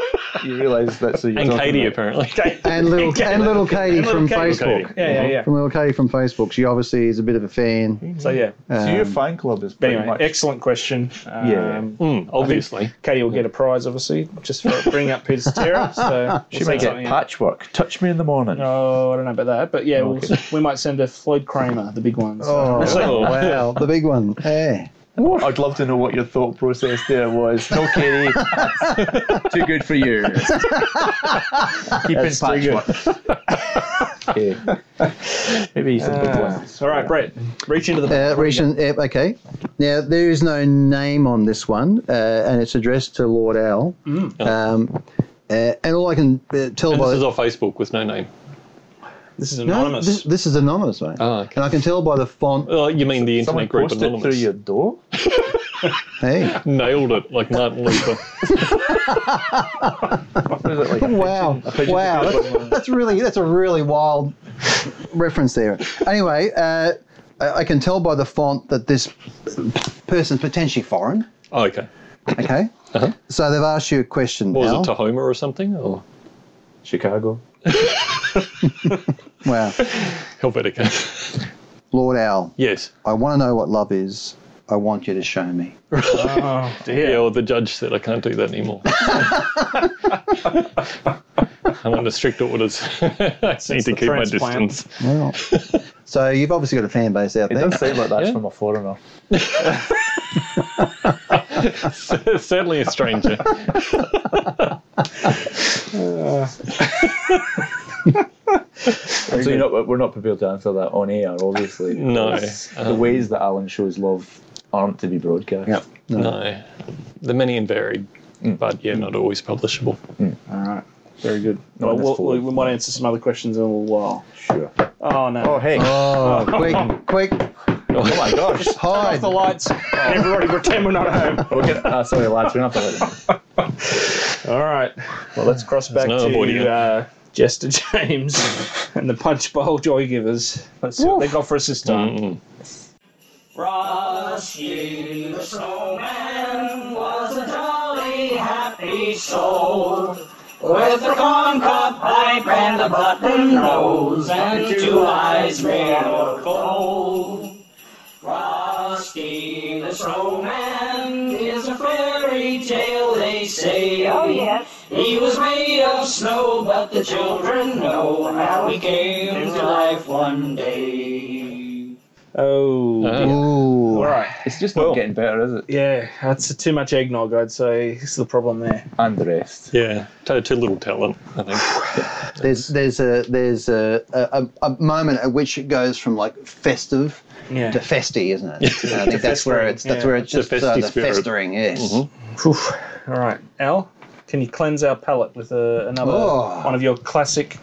you realise that's who you're and talking Katie, about. apparently. Mm, and little and little Katie And little from Katie. Facebook. Yeah, yeah, From little Katie from Facebook, she obviously is a bit of a fan. yeah. So yeah. So your Um, fan club is But pretty anyway, much excellent question. Um, Yeah. Mm, obviously. Katie will get a prize, obviously, just for bringing up Peter's Terror. So she we'll send may get something out. patchwork. Touch me in the morning. Oh, I don't know about that, but yeah, we'll, we might send her Floyd Kramer, the big ones. Uh, Oh, So- wow, the big one. Yeah. I'd love to know what your thought process there was. No, Katie, that's too good for you. Keep in patchwork. Okay. Maybe some big ones. All right, Brett, reach into the Uh, region, yep, okay. Now, there is no name on this one, uh, and it's addressed to Lord Al. Mm. Um, uh, and all I can uh, tell Oh. And by this is off Facebook with no name. This is no, anonymous. this, this is anonymous, mate. Ah, okay. And I can tell by the font. Oh, you mean the Someone internet group posted it through Anonymous? your door? Hey, Nailed it like Martin Luther. What is it like? wow, wow, that's, that's really that's a really wild reference there. Anyway, uh, I, I can tell by the font that this person's potentially foreign. oh, okay. Okay, Uh-huh. so they've asked you a question. What was Al. it, Tahoma or something? Or Chicago. wow, Helvetica? Lord Al. yes. I want to know what love is. I want you to show me. oh, Yeah. dear. well, the judge said I can't do that anymore. I'm under strict orders. I need to the keep my transplant. distance. Wow. so you've obviously got a fan base out It there. doesn't sound like that's Yeah. from a foreigner. Certainly a stranger. So you're not, we're not prepared to answer that on air, obviously. No. Because the Um, ways that Alan shows love aren't to be broadcast. Yep. No. The many and varied, Mm. but yeah, not always publishable. All right. Very good. No, Well, that's we'll, forward. we might answer some other questions in a little while. Sure. Oh, no. Oh, hey. Oh, quick, quick, Oh my gosh. hide. the lights. Everybody pretend we're not home. We're gonna, ah, sorry, lads. We're gonna have to let them. All right. Well, let's cross back no to avoiding it. uh, Jester James and the Punch Bowl Joy Givers. Let's see what they got for us this time. Mm. Frosty the Snowman was a jolly happy soul. With a corncob pipe and a button nose and two eyes red or coal. Frosty the Snowman is a fairy tale, they say. Oh, yes. He was made of snow, but the children know how he came to life one day. Oh, Uh-huh. all right. It's just not getting better, is it? Yeah, that's too much eggnog. I'd say is the problem there. And the rest. Yeah, too, too little talent, I think. There's there's a there's a, a, a moment at which it goes from like festive Yeah. to festy, isn't it? And I think that's where it's that's yeah. where it's The just uh, festy the spirit. festering. Yes. Phew. All right, Al, can you cleanse our palate with uh, another Oh. one of your classic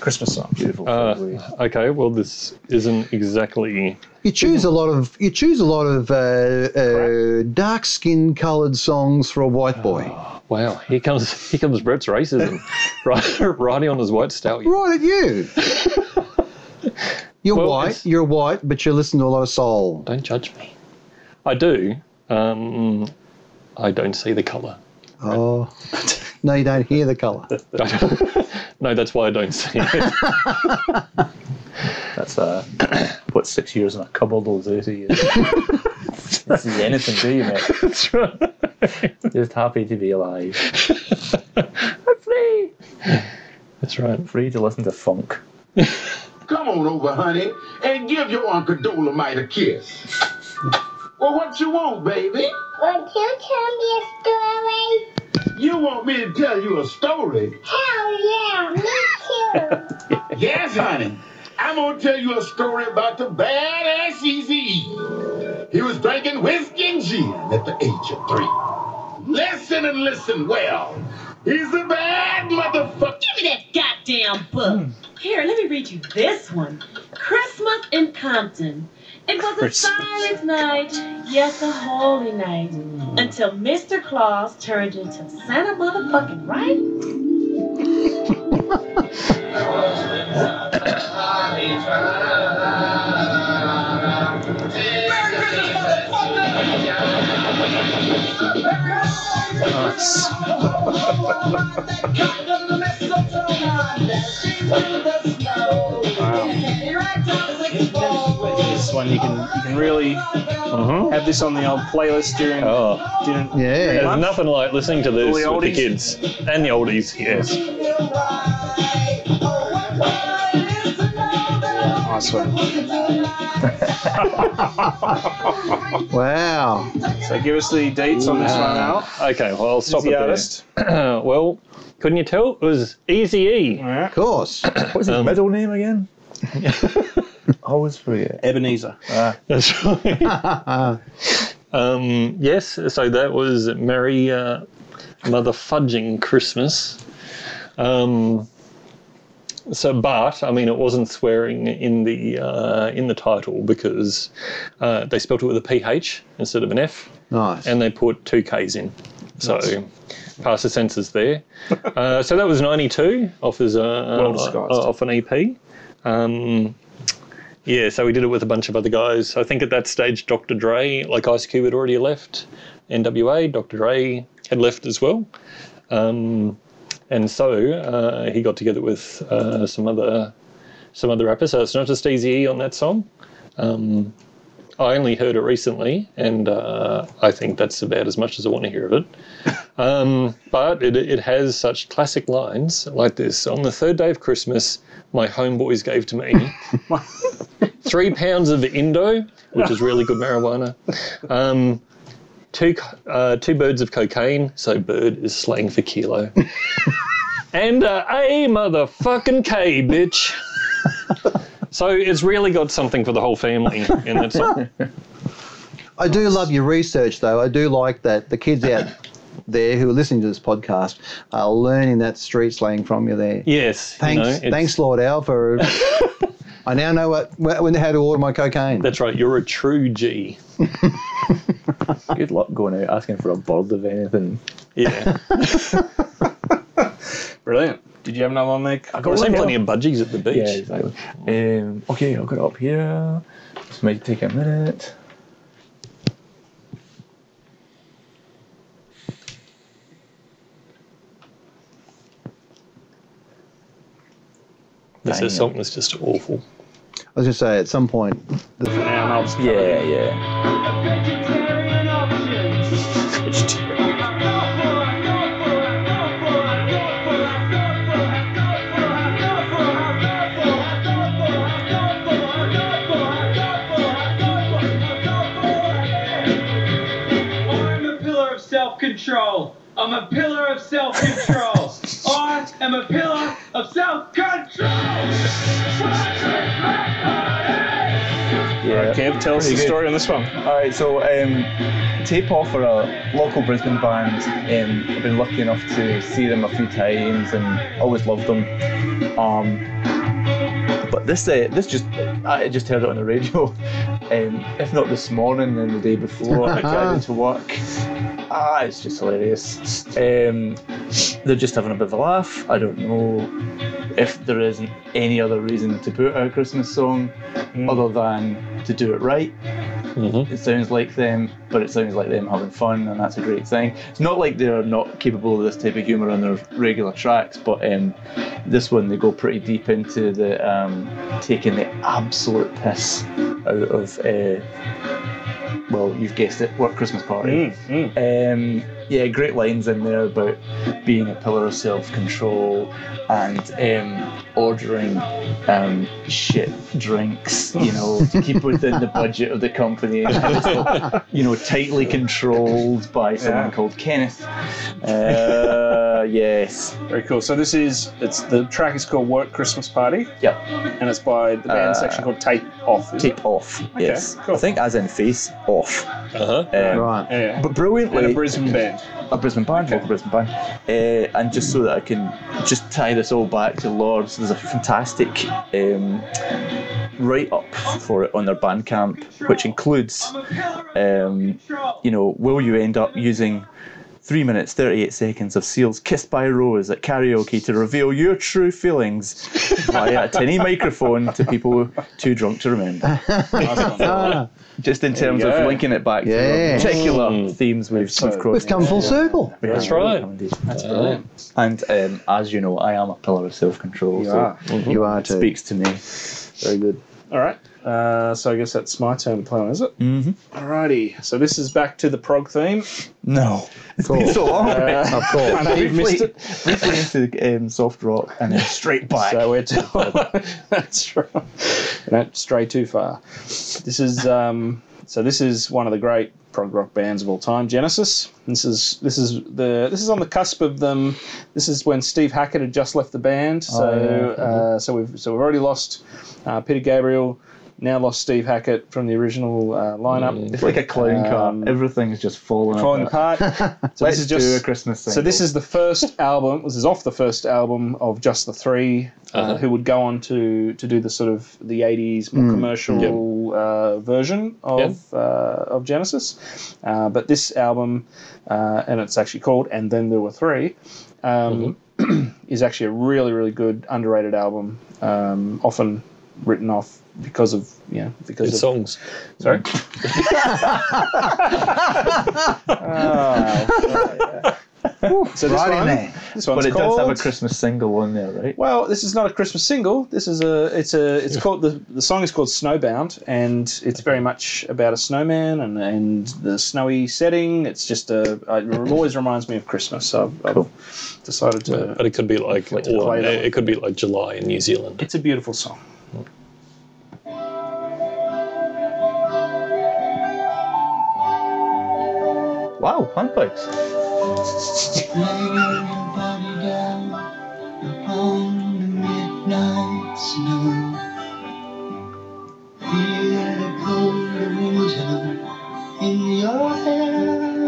Christmas songs? Beautiful. Uh, okay, well, this isn't exactly. You choose a lot of you choose a lot of uh, uh, dark skin coloured songs for a white boy. Wow, here comes here comes Brett's racism, right, riding on his white stallion. Right at you. You're Well, white. it's- You're white, but you listen to a lot of soul. Don't judge me. I do. Um, I don't see the colour. Oh, no, you don't hear the colour. no, that's why I don't see it. That's uh, what six years in a cupboard will do to you. this is anything, do you, mate? that's right. Just happy to be alive, That's right. free to listen to funk. Come on over, honey, and give your Uncle Dolomite a kiss. well, what you want, baby? Would you tell me a story? You want me to tell you a story? Hell yeah, me too. Yes, honey. I'm gonna tell you a story about the badass Eazy-E. He was drinking whiskey and gin at the age of three. Listen and listen well. He's a bad motherfucker. Give me that goddamn book. Here, let me read you this one. Christmas in Compton. It was Christmas. a silent night, yes, a holy night, until Mr. Claus turned into Santa motherfucking right. Nice. This one you can you can really Uh-huh. have this on the old playlist during Oh, during Yeah. there's nothing like listening to this All the with the kids and the oldies. Yes. nice one. Wow. So give us the dates on this one, Al. Okay, well, I'll stop Who's the it artist? there. well, couldn't you tell? It was Easy E. Of course. What's his Um, middle name again? I always forget. Ebenezer. That's right. um, yes, so that was Merry uh, Mother Fudging Christmas. Um, so, but I mean, it wasn't swearing in the uh, in the title because uh, they spelt it with a PH instead of an F. nice. and they put two Ks in. So pass the census there. uh, so that was 92 off, his, uh, Well uh, disguised. off an EP. Um, yeah, so we did it with a bunch of other guys. I think at that stage, Dr. Dre, like Ice Cube, had already left NWA. Dr. Dre had left as well. Um, and so uh, he got together with uh, some other some other rappers. So it's not just Easy on that song. Um, I only heard it recently, and uh, I think that's about as much as I want to hear of it. Um, but it, it has such classic lines like this On the third day of Christmas, my homeboys gave to me three pounds of Indo, which is really good marijuana, um, two, co- uh, two birds of cocaine, so bird is slang for kilo, and uh, a motherfucking K, bitch. So it's really got something for the whole family in that song. I do love your research, though. I do like that the kids out there who are listening to this podcast are learning that street slang from you there. Yes. you know, Thanks, it's- thanks, Lord Al, for. I now know what when how to order my cocaine. That's right. You're a true G. Good luck going out asking for a bird of anything. Yeah. Brilliant. Did you have another one there? I got one more. budgies at the beach. Yeah, exactly. Um, okay, I've got it up here. This might take a minute. This is something that's just awful. I was going to say, at some point. The... Yeah, yeah. I'm a pillar of self control. I'm a pillar of self control. I am a pillar of self control. Yeah. Kev, tell us the story on this one. All right, so um, Tape Off are a local Brisbane band. Um, I've been lucky enough to see them a few times and always loved them. Um, but this, uh, this just, I just heard it on the radio. Um, if not this morning, then the day before, I driving to work. Ah, it's just hilarious. Um, they're just having a bit of a laugh. I don't know if there isn't any other reason to put out a Christmas song other than to do it right. Mm-hmm. It sounds like them, but it sounds like them having fun, and that's a great thing. It's not like they're not capable of this type of humour on their regular tracks, but um, this one they go pretty deep into the um, taking the absolute piss out of. Uh, well, you've guessed it, work Christmas Hmm. party. Mm. Um, yeah, great lines in there about being a pillar of self control and um, ordering um, shit drinks, you know, to keep within the budget of the company. And it's all, you know, tightly controlled by someone Yeah. called Kenneth. Uh, yes. Very cool. So this is it's the track is called Work Christmas Party. Yep. And it's by the band Uh, section called Tape Off. is it? Tape off. Okay, yes. cool. I think as in face off. Uh-huh. right. Yeah. But brilliantly. And a Brisbane band. A Brisbane band, local Brisbane band. Uh, and just so that I can just tie this all back to Lords, there's a fantastic um, write up for it on their Bandcamp, which includes, um, you know, will you end up using. Three minutes, 38 seconds of Seal's Kissed by a Rose at karaoke to reveal your true feelings via a tinny microphone to people too drunk to remember. Ah, Just in There terms you of go. linking it back Yeah. to the particular Mm. themes we've, we've crossed. We've come full circle. We have indeed. That's brilliant. And um, as you know, I am a pillar of self control. You so are. Mm-hmm. Mhm. You are it too. Speaks to me. Very good. All right. Uh, so I guess that's my turn to play on, is it? Mm-hmm. Alrighty. So this is back to the prog theme. No. It's been so long. Uh, of course. I know you've missed it. Briefly into um, soft rock and then straight back. So we're to, that's right. Don't stray too far. This is um, so. This is one of the great prog rock bands of all time, Genesis. This is this is the this is on the cusp of them. This is when Steve Hackett had just left the band. Oh, So yeah. uh, so we've so we've already lost uh, Peter Gabriel. Now lost Steve Hackett from the original uh, lineup. It's like a clown car. Um, Everything's just falling falling apart. apart. So this Let's is just do a Christmas So single. this is the first album. This is off the first album of just the 3 uh, Uh-huh. who would go on to to do the sort of the '80s more Mm. commercial uh, version of uh, of Genesis. Uh, but this album, uh, and it's actually called "And Then There Were Three, um, Mm-hmm. is actually a really really good underrated album. Um, often written off because of yeah because Good of songs. Sorry. so this Right in one, there. this one's But it called. does have a Christmas single on there, right? well, this is not a Christmas single. This is a. It's a. It's called the. The song is called Snowbound, and it's very much about a snowman and and the snowy setting. It's just a. It always reminds me of Christmas. So I've, I've decided to. But it could be like, to autumn. play that it could be like July in New Zealand. It's a beautiful song. Wow, handpipes. midnight snow. Feel the cold of winter in your hair.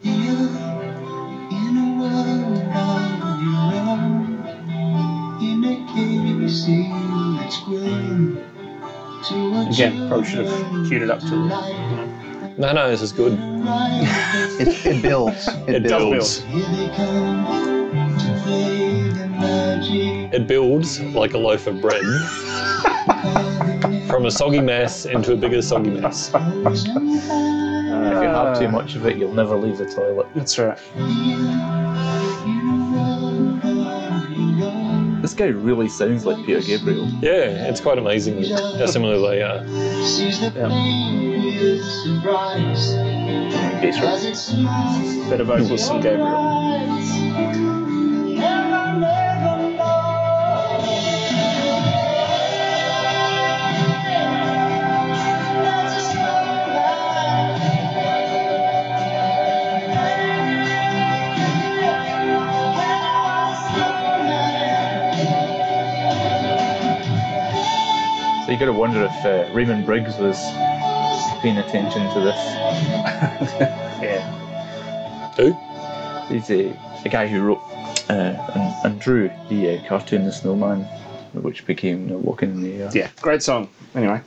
You're in a world of your own, in a cave seen that's grown to a Again, probably should have queued it up to. No, no, this is good. it, it builds. It, builds. It builds like a loaf of bread from a soggy mess into a bigger soggy mess. Uh, if you have too much of it, you'll never leave the toilet. That's right. This guy really sounds like Peter Gabriel. Yeah, it's quite amazing how similar uh, they are. Better vocals than Gabriel. So you got to wonder if uh, Raymond Briggs was paying attention to this. yeah. Who? He's the, the guy who wrote uh, and, and drew the uh, cartoon The Snowman, which became the Walking in the Air. Yeah, great song. Anyway,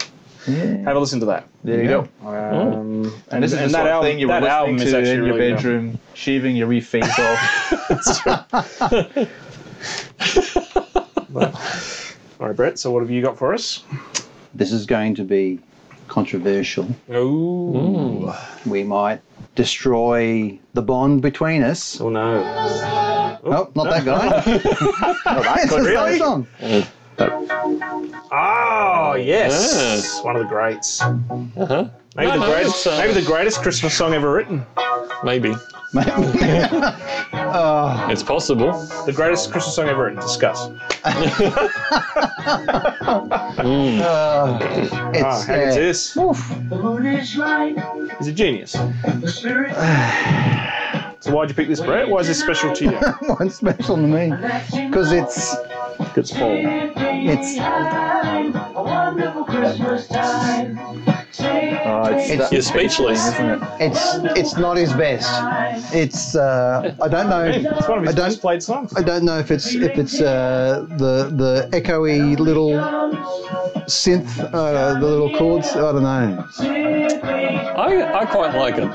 have a listen to that. There you go. Um, And this is the sort of thing you were that album listening is to actually in your really good. bedroom, shaving your wee face off. All right, Brett. So what have you got for us? This is going to be controversial. Mm. Ooh. We might destroy the bond between us. Oh no! Oh, not that guy. not that guy. Really? Song. Oh yes, one of the greats. Uh-huh. Maybe No, the no, greatest. it's, uh, Maybe the greatest Christmas song ever written. Maybe. It's possible. The greatest Christmas song ever written. Discuss. Ah, Mm. Uh, it's, Ah, how good's uh, this? oof. The moon is right, He's a genius. So the spirit Uh, why'd you pick this, Brett? Why is this special to you? One special to me because it's Good Paul. it's a wonderful Christmas time. Oh, it's Uh, It's- that You're speechless. thing, isn't it? it's it's not his best. It's uh, I don't know. It's one of I his don't- best played songs. I don't know if it's if it's uh, the the echoey little synth, uh, the little chords. I don't know. I, I quite like it.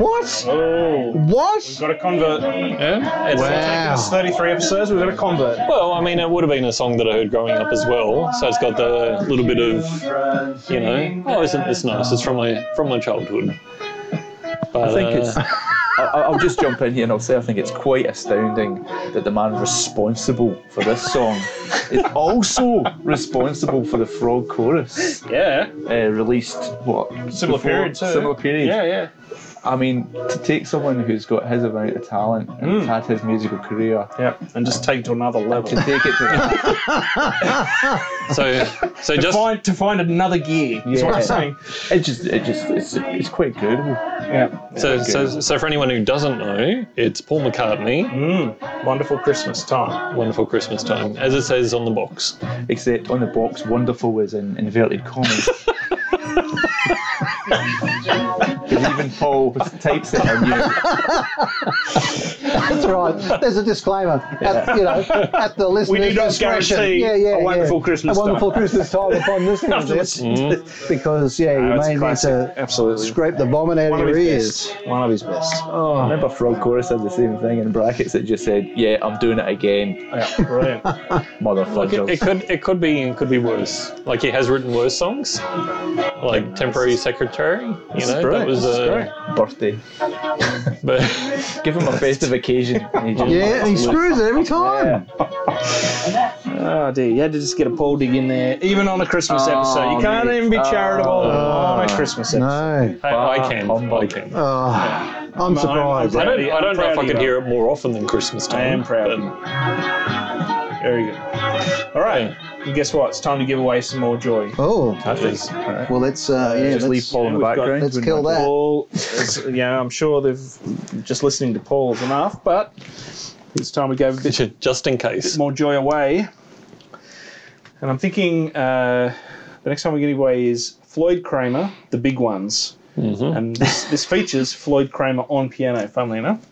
What? Oh, What? got a convert. Yeah? It's, It's Wow. 33 episodes. We've got a convert. Well, I mean, it would have been a song that I heard growing up as well, so it's got the little bit of, you know, oh, isn't this nice? It's from my from my childhood. But, I think uh, it's. I- I- I'll just jump in here and I'll say I think it's quite astounding that the man responsible for this song is also responsible for the Frog Chorus, yeah, uh, released what Similar before- period too. Similar period. yeah, yeah. I mean, to take someone who's got his amount of talent and Hmm. has had his musical career Yeah, and just take it to another to level. take it to that, So, so To just find, to find another gear is what I'm Yeah. saying. it just, it just, it's, it's quite incredible. Yeah. so, so, so for anyone who doesn't know, it's Paul McCartney. Mm, wonderful Christmas time. Mm. Wonderful Christmas time, as it says on the box. Except on the box, wonderful is in inverted commas. 'Cause even Paul types it and you. That's right. There's a disclaimer. At, you know, at the listener's not discretion. guarantee yeah, yeah, a wonderful yeah. Christmas A wonderful Christmas time upon listening to this Mm. because yeah, you Oh, it's may need classic. to Absolutely. scrape the vomit out of One of your his ears. best. One of his best. Oh. I remember Frog Chorus had the same thing in brackets that just said, "Yeah, I'm doing it again, Yeah, brilliant. Like it, it motherfuckers." could, it could be, it could be worse. Like he has written worse songs, like Temporary Secretary. You know, that was a. Birthday. But Give him a festive occasion. and he just- Yeah, and he screws it every time. Oh dear, you had to just get a Paul dig in there, even on a Christmas episode. You can't even be charitable on a Christmas episode. No. I, I can, I can. Oh, I'm surprised. I don't, I don't know if I Proud of could you. hear it more often than Christmas time. I am proud of Very good. All right, and guess what? It's time to give away some more joy. Oh, but it is- well, let's uh, yeah, Just leave let's, Paul in the We've got- background. let's kill that. Paul, it's- yeah, I'm sure they've just listening to Paul's enough, but it's time we gave a bit Just in bit case. more joy away. And I'm thinking uh, the next time we give away is Floyd Kramer, the big ones. Mhm. And this, this features Floyd Kramer on piano, funnily enough.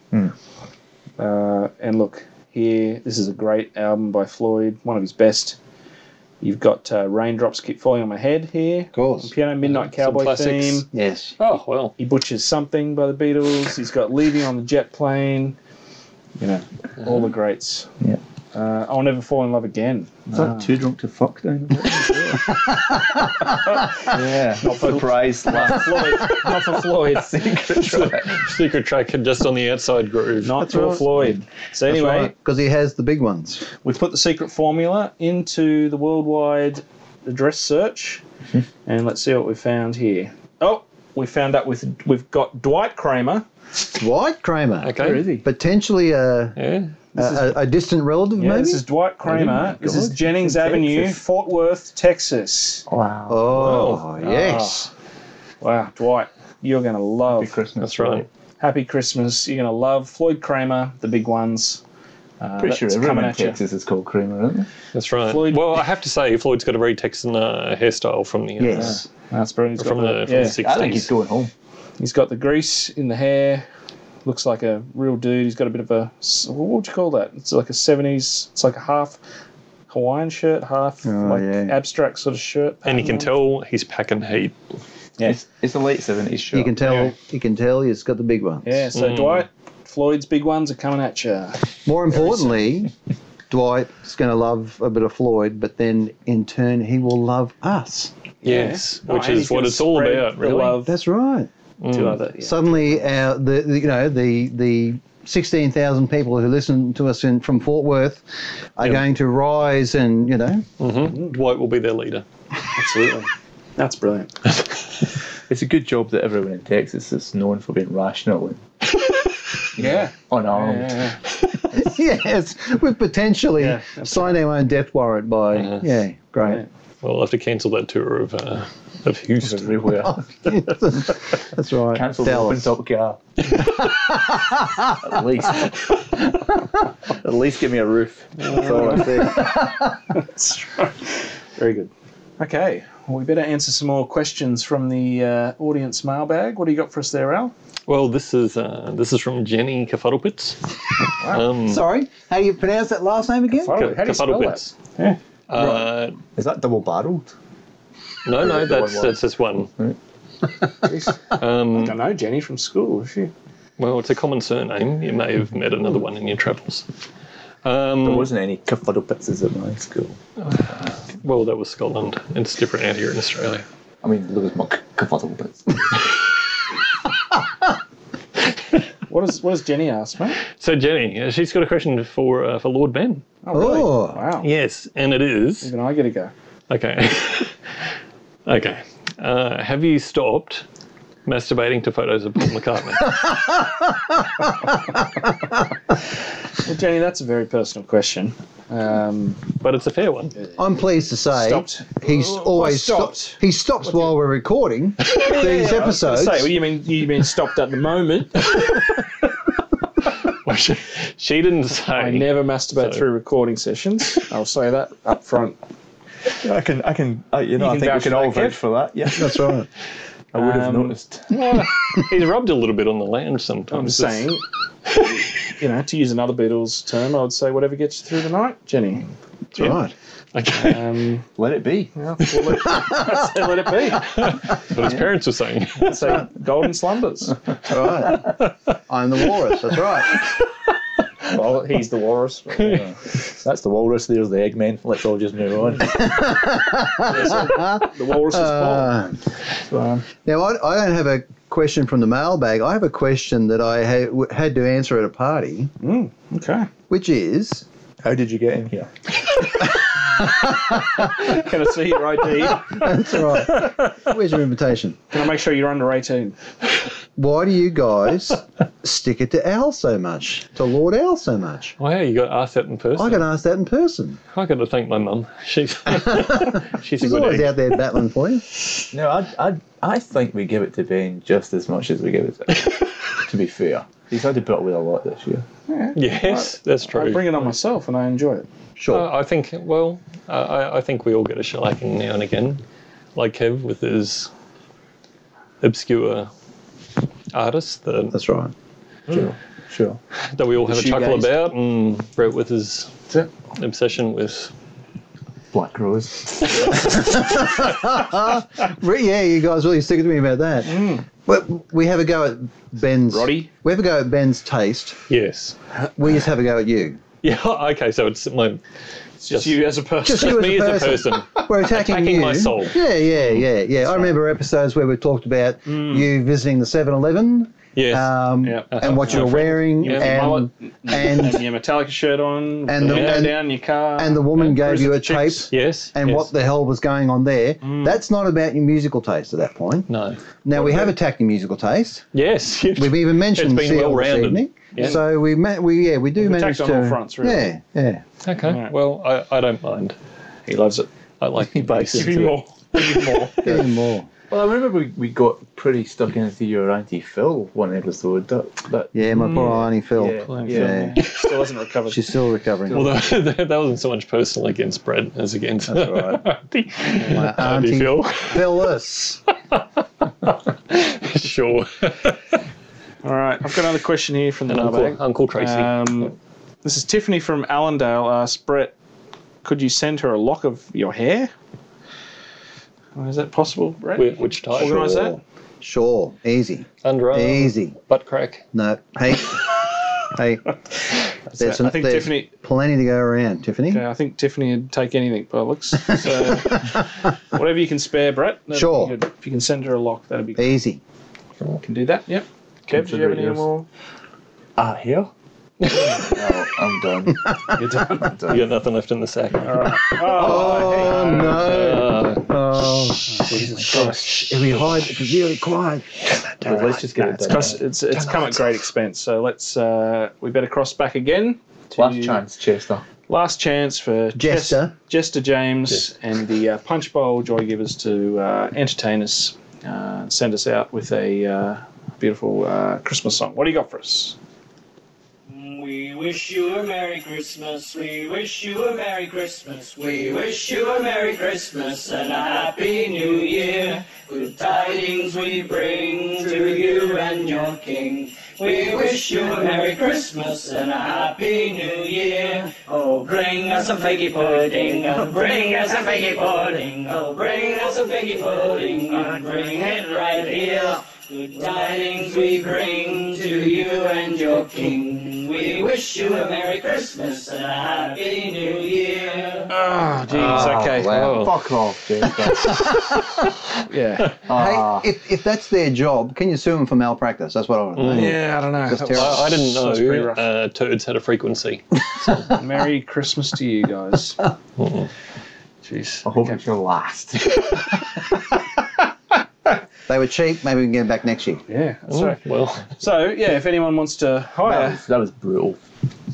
Uh, and look, here, this is a great album by Floyd, one of his best. You've got uh, raindrops keep falling on my head here. Of course. Piano Midnight Cowboy classics. theme. Yes. Oh well. He butchers something by the Beatles. He's got leaving on the jet plane. You know, all the greats. Yeah. Uh, I'll never fall in love again. Is that too drunk to fuck down? yeah. Not surprised. Not Floyd. Not for Floyd. Secret track. Secret track just on the outside groove. Not for Floyd. So anyway, because he has the big ones. We've put the secret formula into the worldwide address search, and let's see what we found here. Oh, we found out with we've got Dwight Kramer. Dwight Kramer. Okay. Where is he? Potentially a a, a, a distant relative, Yeah, maybe. this is Dwight Kramer. this is Jennings Avenue, Texas. Fort Worth, Texas. Wow. Oh ah, yes. Oh. Wow, Dwight, you're gonna love Happy Christmas. That's right. Happy Christmas. You're gonna love Floyd Kramer, the big ones. Uh, Pretty sure that's everyone coming in at you. Texas is called creamer, isn't it? That's right. Floyd- Well, I have to say, Floyd's got a very Texan uh, hairstyle from the uh, Yes. That's brilliant. He's got from the, from yeah. the 60s. going home. He's got the grease in the hair. Looks like a real dude. He's got a bit of a what would you call that? It's like a seventies. It's like a half Hawaiian shirt, half like abstract sort of shirt. And you can tell he's packing heat. Yes. It's a late 70s show. You can tell. You can tell. He's got the big ones. Yeah. So Hmm. Dwight, Floyd's big ones are coming at you. More importantly, Dwight's going to love a bit of Floyd, but then in turn he will love us. Yes, Yeah. which Oh, and is he's what gonna it's all spread about, the really. Hmm. love That's right. to other. yeah. Suddenly, our the, the you know the the. 16,000 people who listen to us in, from Fort Worth are going to rise and, you know, hmm Dwight will be their leader. Absolutely. That's brilliant. It's a good job that everyone in Texas is known for being rational and Yeah. Um, unarmed. Yeah. yes, we've potentially signed our own death warrant by, yeah, great. Well, we'll have to cancel that tour of uh, of Houston. Everywhere. That's right. Cancel the open Dallas. top car. At least. At least give me a roof. That's all I say. That's right. Very good. Okay. Well, we better answer some more questions from the uh, audience mailbag. What do you got for us there, Al? Well, this is uh, this is from Jenny Kafuddlepitz. um, Sorry, how do you pronounce that last name again? Oh, Ka- Kafuddlepitz. Yeah. Uh, Is that double barreled? no, no, The that's one that's just one. Um, I don't know Jenny from school. Is she? well, it's a common surname. You may have met another one in your travels. There Um, wasn't any Kafuddlepitzes at my school. well, that was Scotland. It's different out here in Australia. I mean, there was my K- Kafuddlepitz. What does What does Jenny ask, mate? So Jenny, uh, she's got a question for uh, for Lord Ben. Oh, really? Oh. wow. Yes, and it is Even I get a go. Okay. okay. Uh, have you stopped masturbating to photos of Paul McCartney? Well, Jenny, that's a very personal question. Um, but it's a fair one. I'm pleased to say Stopped. he's always Oh, stopped. stopped. He stops while we're recording these I was episodes. gonna say, well, you mean you mean stopped at the moment? Well, she, she didn't I say. never masturbate So- through recording sessions. I'll say that up front. I can, I can, uh, you know, You I can think we can vouch for all that, vouch Kev? for that. Yeah, That's right. I would have Um, noticed. He's rubbed a little bit on the lounge I'm sometimes. just saying, you know, to use another Beatles term, I would say whatever gets you through the night, Jenny. That's right. Okay. Um, Let it be. yeah, we'll let, so let it be. That's what his parents were saying. So golden slumbers. That's right. I'm the walrus. That's right. Well, he's the walrus. uh, That's the walrus. There's the Eggman. Let's all just move on. The walrus is bald. Uh, now, I, I don't have a question from the mailbag. I have a question that I ha- w- had to answer at a party, Okay. which is How did you get in here? Can I see your ID? that's all right. Where's your invitation? Can I make sure you're under 18? Why do you guys stick it to Al so much, to Lord Al so much? Wow, you got asked that in person. I can ask that in person. I got to thank my mum. She's she's a He's good always egg. out there battling for you. No, I, I, I think we give it to Ben just as much as we give it to. to be fair, he's had to put up with a lot this year. Yes, that's I true. bring it on myself and I enjoy it. Sure. Uh, I think. Well, I I, I think we all get a shellacking now and again, like Kev with his obscure artist that, That's right. Sure, sure. that we all have a chuckle shoegaze. about, and Brett with his That's it. obsession with Black Rose. Re- yeah, you guys really sticking to me about that. But we have a go at Ben's. Roddy? We have a go at Ben's taste. Yes. We just have a go at you. Yeah. Okay. So it's my. It's just, you as a person. you me as a person. We're attacking, Attacking you. my soul. Yeah, yeah, yeah, yeah. I remember episodes where we talked about you visiting the 7-Eleven. Yes. Um, And what you were wearing. You have a mullet, and, and, and your Metallica shirt on, and And the the- window and- down in your car. and the woman gave you a tape. Yes. And yes. what the hell was going on there? That's not about your musical taste at that point. No. Now, we have attacked your musical taste. Yes. We've even mentioned It's CL been this well-rounded. evening. Yeah. So we, ma- we yeah we do We've manage attacked to on all fronts, really. yeah yeah Okay. Well, I, I don't mind. He loves it. I like he bites Give into me it. more. Give me more. more. Well, I remember we, we got pretty stuck into your Auntie Phil one episode. That, that yeah my poor Mm. Auntie Phil Yeah, yeah, Still hasn't recovered. she's still recovering Although that, that wasn't so much personal against Brad as against That's Auntie, My Auntie Uh, Auntie Phil. Phyllis sure. All right, I've got another question here from the And Uncle- mailbag. Uncle Tracy. Um, this is Tiffany from Allendale. Asked Brett, could you send her a lock of your hair? Oh, Is that possible, Brett? Wh- Which type? Organise that. sure easy Underarm. easy Butt crack. no hey hey it. there's, I an- think there's Tiffany- plenty to go around Tiffany Yeah, I think Tiffany would take anything by the looks. So whatever you can spare, Brett. that'd be Sure. good. If you can send her a lock, that'd be easy Can do that. Yep. Kev, do you have any Consider it more? Ah, here? no, I'm done. You're done. I'm done. You got nothing left in the sack. oh no oh Jesus if we hide if we really quiet Well, let's just get it It's, done. cost, it's, it's come at great expense, so let's uh, we better cross back again. to- Last chance, Chester. Last chance for Jester. Jes- Jester James and the uh, Punch Bowl Joy Givers to uh, entertain us, uh, send us out with a uh, beautiful uh, Christmas song. What do you got for us? We wish you a Merry Christmas. We wish you a Merry Christmas. We wish you a Merry Christmas and a Happy New Year. Good tidings we bring to you and your King. We wish you a Merry Christmas and a Happy New Year. Oh, bring us a figgy pudding. Oh, bring us a figgy pudding. Oh, bring us a figgy pudding. And bring it right here. Good tidings we bring to you and your King. We wish you a Merry Christmas and a Happy New Year. Oh, geez, Ah, okay. Wow. Oh, Fuck off, Chester. yeah. hey Ah. if, if that's their job can you sue them for malpractice that's what I want to know Yeah, Hmm. I don't know. That's That terrible. was- I, I didn't that was pretty know rough. uh, turds had a frequency. Uh, Merry Christmas to you guys. Jeez. I hope it's your last. they were cheap maybe we can get them back next year Yeah, Hmm. that's right. Well, So yeah, if anyone wants to That hire was, that was brutal.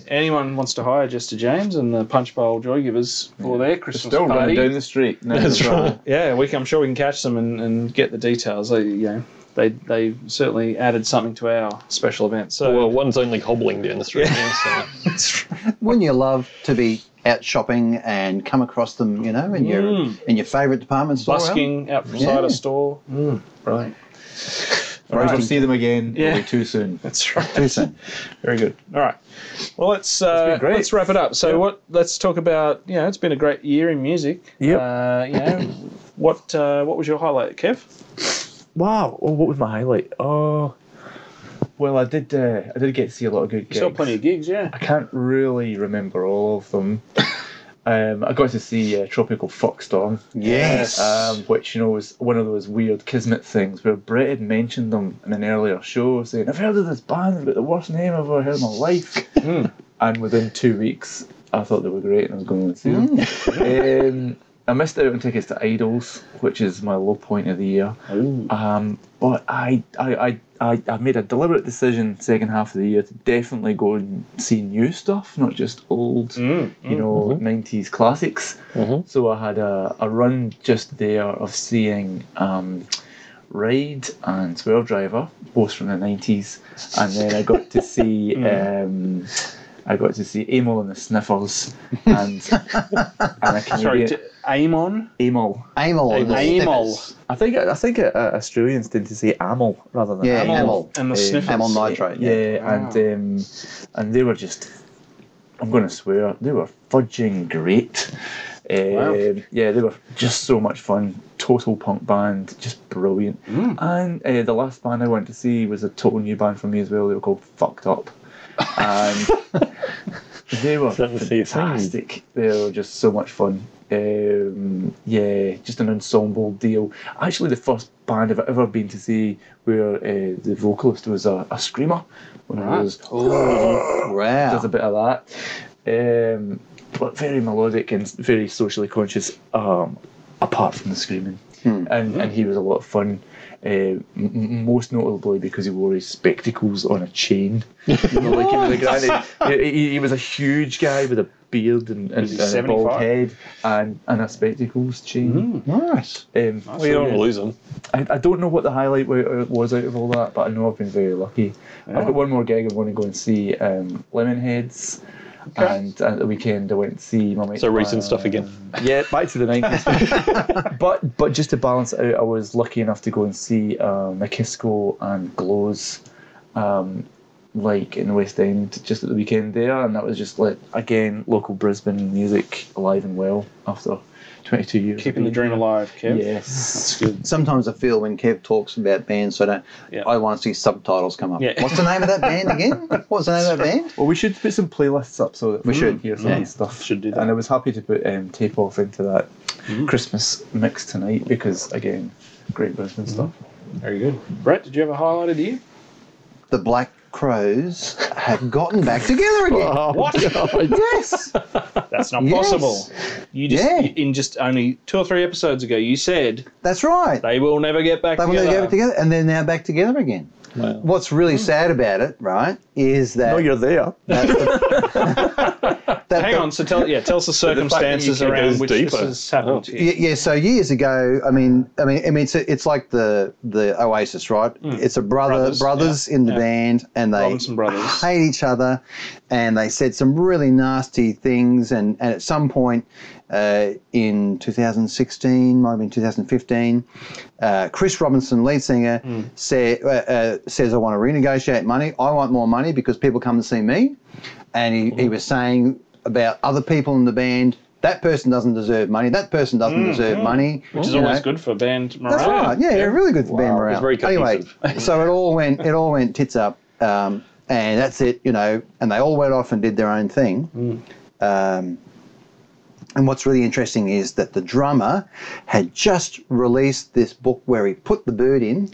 anyone wants to hire Jester James and the Punch Bowl Joy Givers for their Christmas Still running party, down the street. No, That's right. yeah, we can, I'm sure we can catch them and, and get the details. They, you know, they they certainly added something to our special event. So well, one's only hobbling down the street. now, so. Wouldn't you love to be out shopping and come across them, you know, in your in your favourite department store? Al? Mm. busking outside Yeah. a store. Mm, right. If I ever see them again, Yeah. it'll be too soon. That's right. Too soon. Very good. All right. Well, let's uh, great. let's wrap it up. So what? Let's talk about. You know, it's been a great year in music. Yep. Uh, you know, what uh, what was your highlight, Kev? Wow. Oh, what was my highlight? Oh, well, I did. Uh, I did get to see a lot of good You gigs. saw plenty of gigs, yeah. I can't really remember all of them. um, I got to see uh, Tropical Foxstorm. Yes. Um, which you know was one of those weird kismet things where Brett had mentioned them in an earlier show, saying, "I've heard of this band, they've got the worst name I've ever heard in my life." Hmm. and within two weeks, I thought they were great, and I was going to see Hmm. them. um, I missed out on tickets to Idols, which is my low point of the year. Um, but I, I, I, I, I made a deliberate decision second half of the year to definitely go and see new stuff, not just old, Mm-hmm. you know, 90s classics. So I had a, a run just there of seeing um, Ride and Swerve Driver, both from the 90s. And then I got to see. Um, I got to see Emil and the Sniffers and, and a Sorry, Canadian t- Amon. Emil. Amol. and the Amol. Snippets. I think I think uh, Australians tend to say amyl rather than Yeah, amyl. Amol. And the Um, sniffers. Amol nitrate. Yeah. Yeah, and um, and they were just. I'm going to swear they were fudging great. Um, Wow. Yeah, they were just so much fun. Total punk band, just brilliant. And uh, the last band I went to see was a total new band from me as well. They were called Fucked Up. And they were fantastic. They were just so much fun. Um, yeah, just an ensemble deal. Actually, the first band I've ever been to see where uh, the vocalist was a, a screamer. When it Right. was, Oh, wow. There's a bit of that. Um, but very melodic and very socially conscious, um, apart from the screaming. Hmm. And, and he was a lot of fun, uh, m- m- most notably because he wore his spectacles on a chain. You know, like, you know, the guy that- he, he was a huge guy with a beard and, and, Was he and a bald 75? head and, and a spectacles chain. Hmm. nice. Um, Well, you don't wanna lose him. I, I don't know what the highlight wa- uh, was out of all that, but I know I've been very lucky. I've got one more gig I want to go and see um, Lemonheads. And at the weekend, I went to see my mate. So recent uh, stuff again. Yeah, back to the nineties. but but just to balance it out, I was lucky enough to go and see uh, McKisco and Glows, um, like in the West End, just at the weekend there, and that was just like again local Brisbane music alive and well after twenty two years. Keeping the dream alive, Yes, that's good. Sometimes I feel when Kev talks about bands, I don't. I want to see subtitles come up. What's the name of that band again? What was the name of that band? Well, we should put some playlists up so that We we should. should hear some Yeah. of this stuff. Mm. Should do that. Mm. And I was happy to put um, tape off into that Christmas mix tonight because again, great Brisbane stuff. Very good. Brett, did you have a highlight of the year? The Black Crows have gotten back together again. Oh What? yes. That's not Yes. possible. You just Yeah. in just only two or three episodes ago, you said That's right. they will never get back They were together. going to get it together, and they're now back together again. What's really sad about it, right, is that no, you're there. Hang on. So tell yeah, tell us the the fact that you circumstances can go around which deeper. this has happened. to you. Yeah, yeah, so years ago, I mean, I mean, I mean, it's it's like the the Oasis, right? It's a brother Hmm. brothers, Brothers, in the band, and they Robinson brothers. hate each other, and they said some really nasty things. And, and at some point uh, in 2016, might have been 2015, uh, Chris Robinson, lead singer, Hmm. say, uh, uh, says, "I want to renegotiate money. I want more money because people come to see me." and he, Hmm. he was saying about other people in the band that person doesn't deserve money that person doesn't deserve morale, money Hmm. which is you always know. good for band morale. that's right yeah, really good for band morale It's very anyway cohesive. so it all went it all went tits up um, and that's it you know and they all went off and did their own thing Mm. um, and what's really interesting is that the drummer had just released this book where he put the bird in,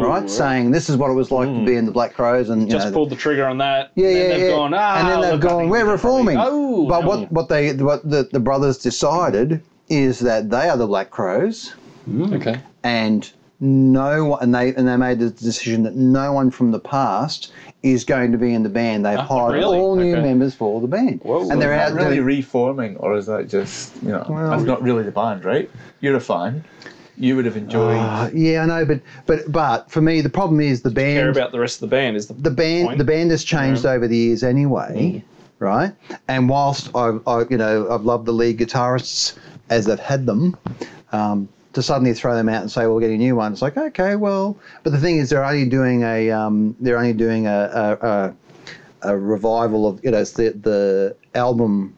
right, Saying this is what it was like to be in the Black Crows, and you Mm. Just know, pulled the trigger on that. yeah, and yeah, then they've yeah. gone, ah, and then they've look, I gone, think we're reforming. Oh, but what, what they what the, the brothers decided is that they are the Black Crows, Mm, Okay. and no one, and they and they made the decision that no one from the past is going to be in the band. They've hired Oh, really? all new Okay. members for the band, and they're out really doing- reforming, or is that just you know? Well- that's not really the band, right? You're a fan. You would have enjoyed. Ah, yeah, I know, but but but for me, the problem is the band. care about the rest of the band is the, the band the band has changed over the years Mm. anyway, right? And whilst I, I you know I've loved the lead guitarists as they've had them, um, to suddenly throw them out and say well, we're getting a new one, it's like okay, well, but the thing is they're only doing a um, they're only doing a, a, a a revival of you know it's the the album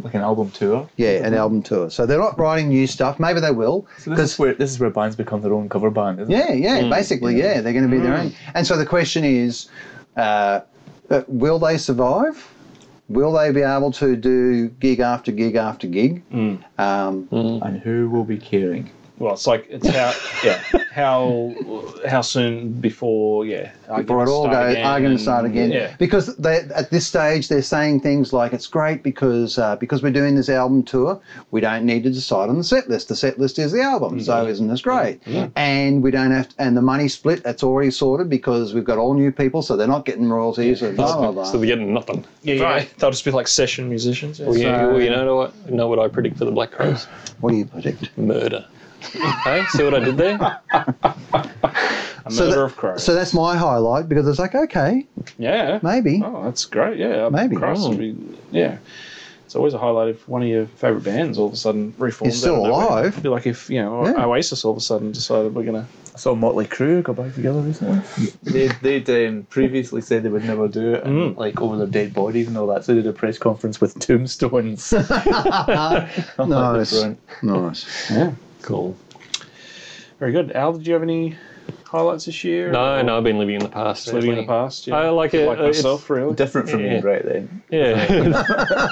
like an album tour. Yeah, an album tour. So they're not writing new stuff. Maybe they will. Mm-hmm. So this is where this is where bands become their own cover band, isn't Yeah, it? yeah, basically, Mm. yeah, Mm. they're going to be their own. And so the question is, uh, uh, will they survive? Will they be able to do gig after gig after gig? Um, And who will be caring? Well, it's like it's how yeah how how soon before yeah Before it all Mm. goes, arguments start again. Yeah. Because they, at this stage, they're saying things like, "It's great because uh, because we're doing this album tour, we don't need to decide on the set list. The set list is the album, so isn't this great? And we don't have to, and the money split. That's already sorted because we've got all new people, so they're not getting royalties. and blah blah blah. So they're getting nothing. Yeah, yeah. They'll just be like session musicians. Well, you, So- well, you know what? Know what I predict for the Black Crows? What do you predict? Murder. hey, see what I did there? so that- So that's my highlight because it's like, okay, yeah. maybe. Oh, Oh, that's great. Yeah, Maybe. Cross would be- yeah. It's always a highlight if one of your favourite bands all of a sudden reforms. Is still out of nowhere. alive. It'd be like if you know Yeah. Oasis all of a sudden decided we're gonna. I saw Motley Crue go back together recently. they they um, previously said they would never do it, Mm. and, like over their dead bodies and all that. So they did a press conference with tombstones. nice. Brilliant. nice. Yeah. Cool. Very good. Al, did you have any highlights this year? No, no, I've been living in the past. Just living in the really. past. Yeah. I like it. Like uh, it's- myself, really. Different from Yeah. you, right then. Yeah.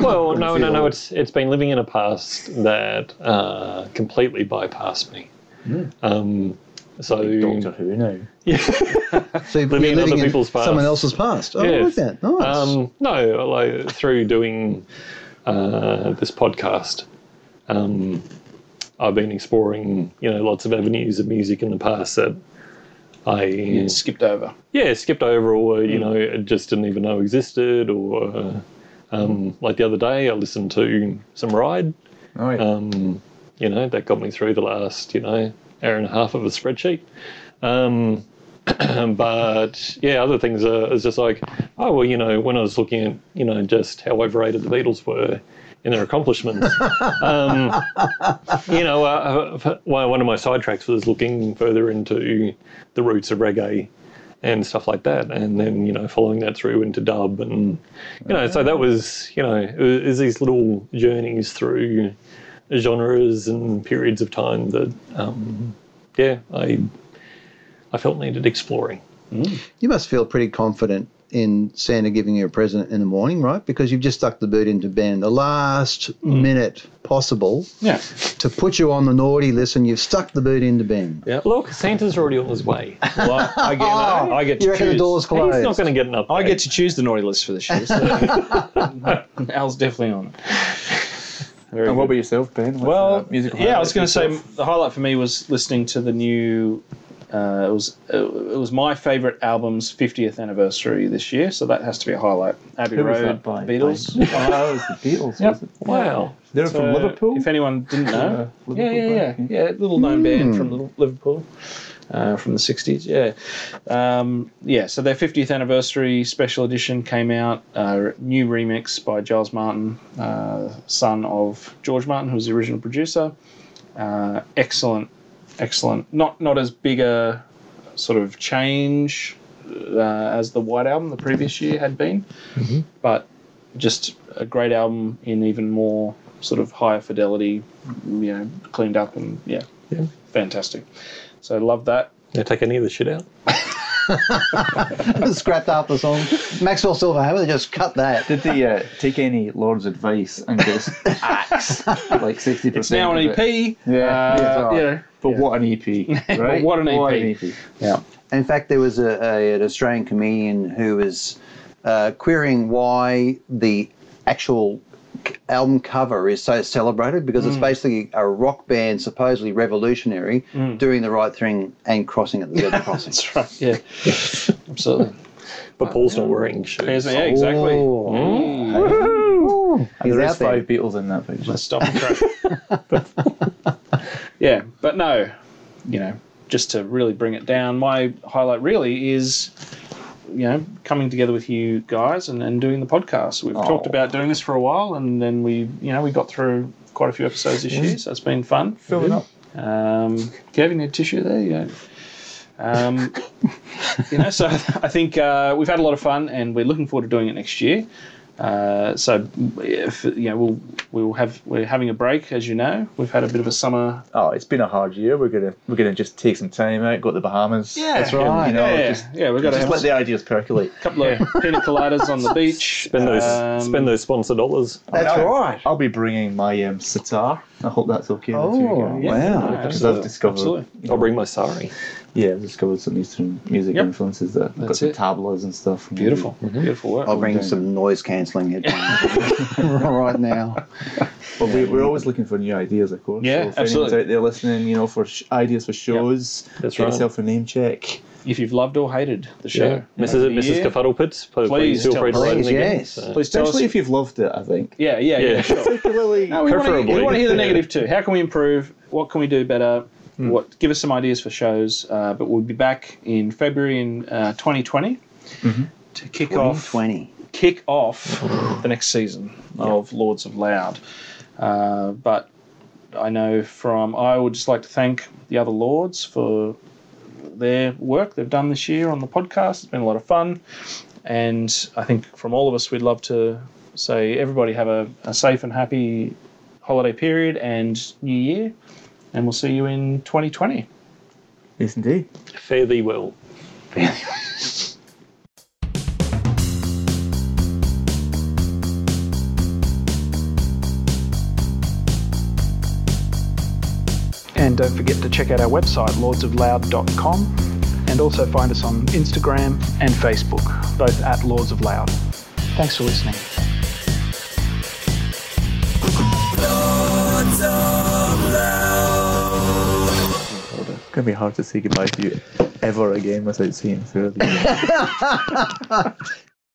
well, no, no, feel- no. It's it's been living in a past that uh, completely bypassed me. Um, so Doctor Who now. So you're Living in other people's past. someone else's past. Oh, I like Yeah. that. Nice. Um, no, like through doing uh, this podcast, um, I've been exploring, you know, lots of avenues of music in the past that I You skipped over. yeah, skipped over or, Mm. you know, it just didn't even know existed. Or, uh, um, like the other day, I listened to some Ride. Mm. Oh, yeah. Um, you know, that got me through the last, you know, hour and a half of a spreadsheet. Um, but yeah, other things are it's just like, oh, well, you know, when I was looking at, you know, just how overrated the Beatles were in their accomplishments, um, you know, uh, uh, one one of my sidetracks was looking further into the roots of reggae and stuff like that. And then, you know, following that through into dub and, you know, so that was, you know, it was, it was these little journeys through genres and periods of time that, um, yeah, I, I felt needed exploring. You must feel pretty confident in Santa giving you a present in the morning, right? Because you've just stuck the boot into Ben the last Mm. minute possible Yeah. to put you on the naughty list, and you've stuck the boot into Ben. Look, Santa's already on his way. Well, I get, Oh, uh, I get to You reckon the choose. door's closed? He's not going to get an update. I get to choose the naughty list for this year. So Al's definitely on it. Very And what good. about yourself, Ben? What's, Well, uh, musical yeah, I was going to say highlights yourself? the highlight for me was listening to the new. Uh, it was uh, it was my favourite album's 50th anniversary this year, so that has to be a highlight. Abbey Who was Road, that by? Beatles. By- oh, it was the Beatles. Yep. Was it? wow. They're So, from Liverpool. If anyone didn't know, yeah, Uh, yeah, Liverpool yeah, band, yeah, little known band from Little- Liverpool, uh, from the '60s. Yeah, um, yeah. So their 50th anniversary special edition came out. Uh, new remix by Giles Martin, uh, son of George Martin, who was the original producer. Uh, excellent, excellent. Not not as big a sort of change uh, as the White Album the previous year had been, but just a great album in even more sort of higher fidelity, you know, cleaned up and yeah, Yeah. fantastic. So love that. They take any of the shit out. Scrapped out the song. Maxwell Silver, how would they just cut that? Did they uh, take any Lord's advice and just axe like sixty percent? It's now an E EP. Yeah, Uh, yeah, yeah. but what an EP, But right? E what an E EP. In fact, there was a, a, an Australian comedian who was uh, querying why the actual c- album cover is so celebrated because Mm. it's basically a rock band supposedly revolutionary Mm. doing the right thing and crossing at the zebra crossing. That's right. Yeah, absolutely. But Paul's not wearing Yeah, shoes. exactly. Mm. He's There's out there. five Beatles in that picture. Stop and crack. yeah, but no, you know, just to really bring it down, my highlight really is, you know, coming together with you guys and, and doing the podcast. We've talked about doing this for a while, and then we, you know, we got through quite a few episodes this year, so it's been fun. Fill it up. Um, Kevin, you need a tissue there? You know. Um, you know, so I think uh, we've had a lot of fun, and we're looking forward to doing it next year. Uh, so, if, you know, we'll we will have we're having a break, as you know. We've had a bit of a summer. Oh, it's been a hard year. We're gonna we're gonna just take some time out, go to the Bahamas. that's right. You know, yeah, just- yeah, we've got to Just have let a the ideas percolate. couple of pina coladas on the beach. Spend those, um, spend those sponsor dollars. That's right. I'll be bringing my um, sitar. I hope that's okay with you Oh, guys. wow. Because I've discovered, Absolutely. I'll bring my sari. yeah, I've discovered some Eastern music Yep. influences that I've got That's some it. tablas and stuff. Beautiful, beautiful work. I'll bring some noise cancelling headphones right now. But we, we're always looking for new ideas, of course. Yeah, so if absolutely. anyone's out there listening, you know, for sh- ideas for shows, That's get right. yourself a name check. If you've loved or hated the Yeah. show, Mrs. over the Mrs. year, Kefuddlepits, please, Please please feel tell free to us. write in Please, again. yes. So- please tell us. Especially if you've loved it, I think. Yeah, yeah, yeah. Yeah. sure. Particularly, No, we want, to, Preferably. we want to hear the negative too. How can we improve? What can we do better? What give us some ideas for shows? Uh, but we'll be back in February in uh, 2020 to kick off 20. kick kick off the next season of Lords of Loud. Uh, but I know from I would just like to thank the other lords for their work they've done this year on the podcast. It's been a lot of fun, and I think from all of us, we'd love to say everybody have a, a safe and happy holiday period and New Year, and we'll see you in 2020. Yes, indeed. Fare thee well. And don't forget to check out our website, lordsofloud.com, and also find us on Instagram and Facebook, both at Lords of Loud. Thanks for listening. It's gonna be hard to say goodbye to you ever again without seeing through.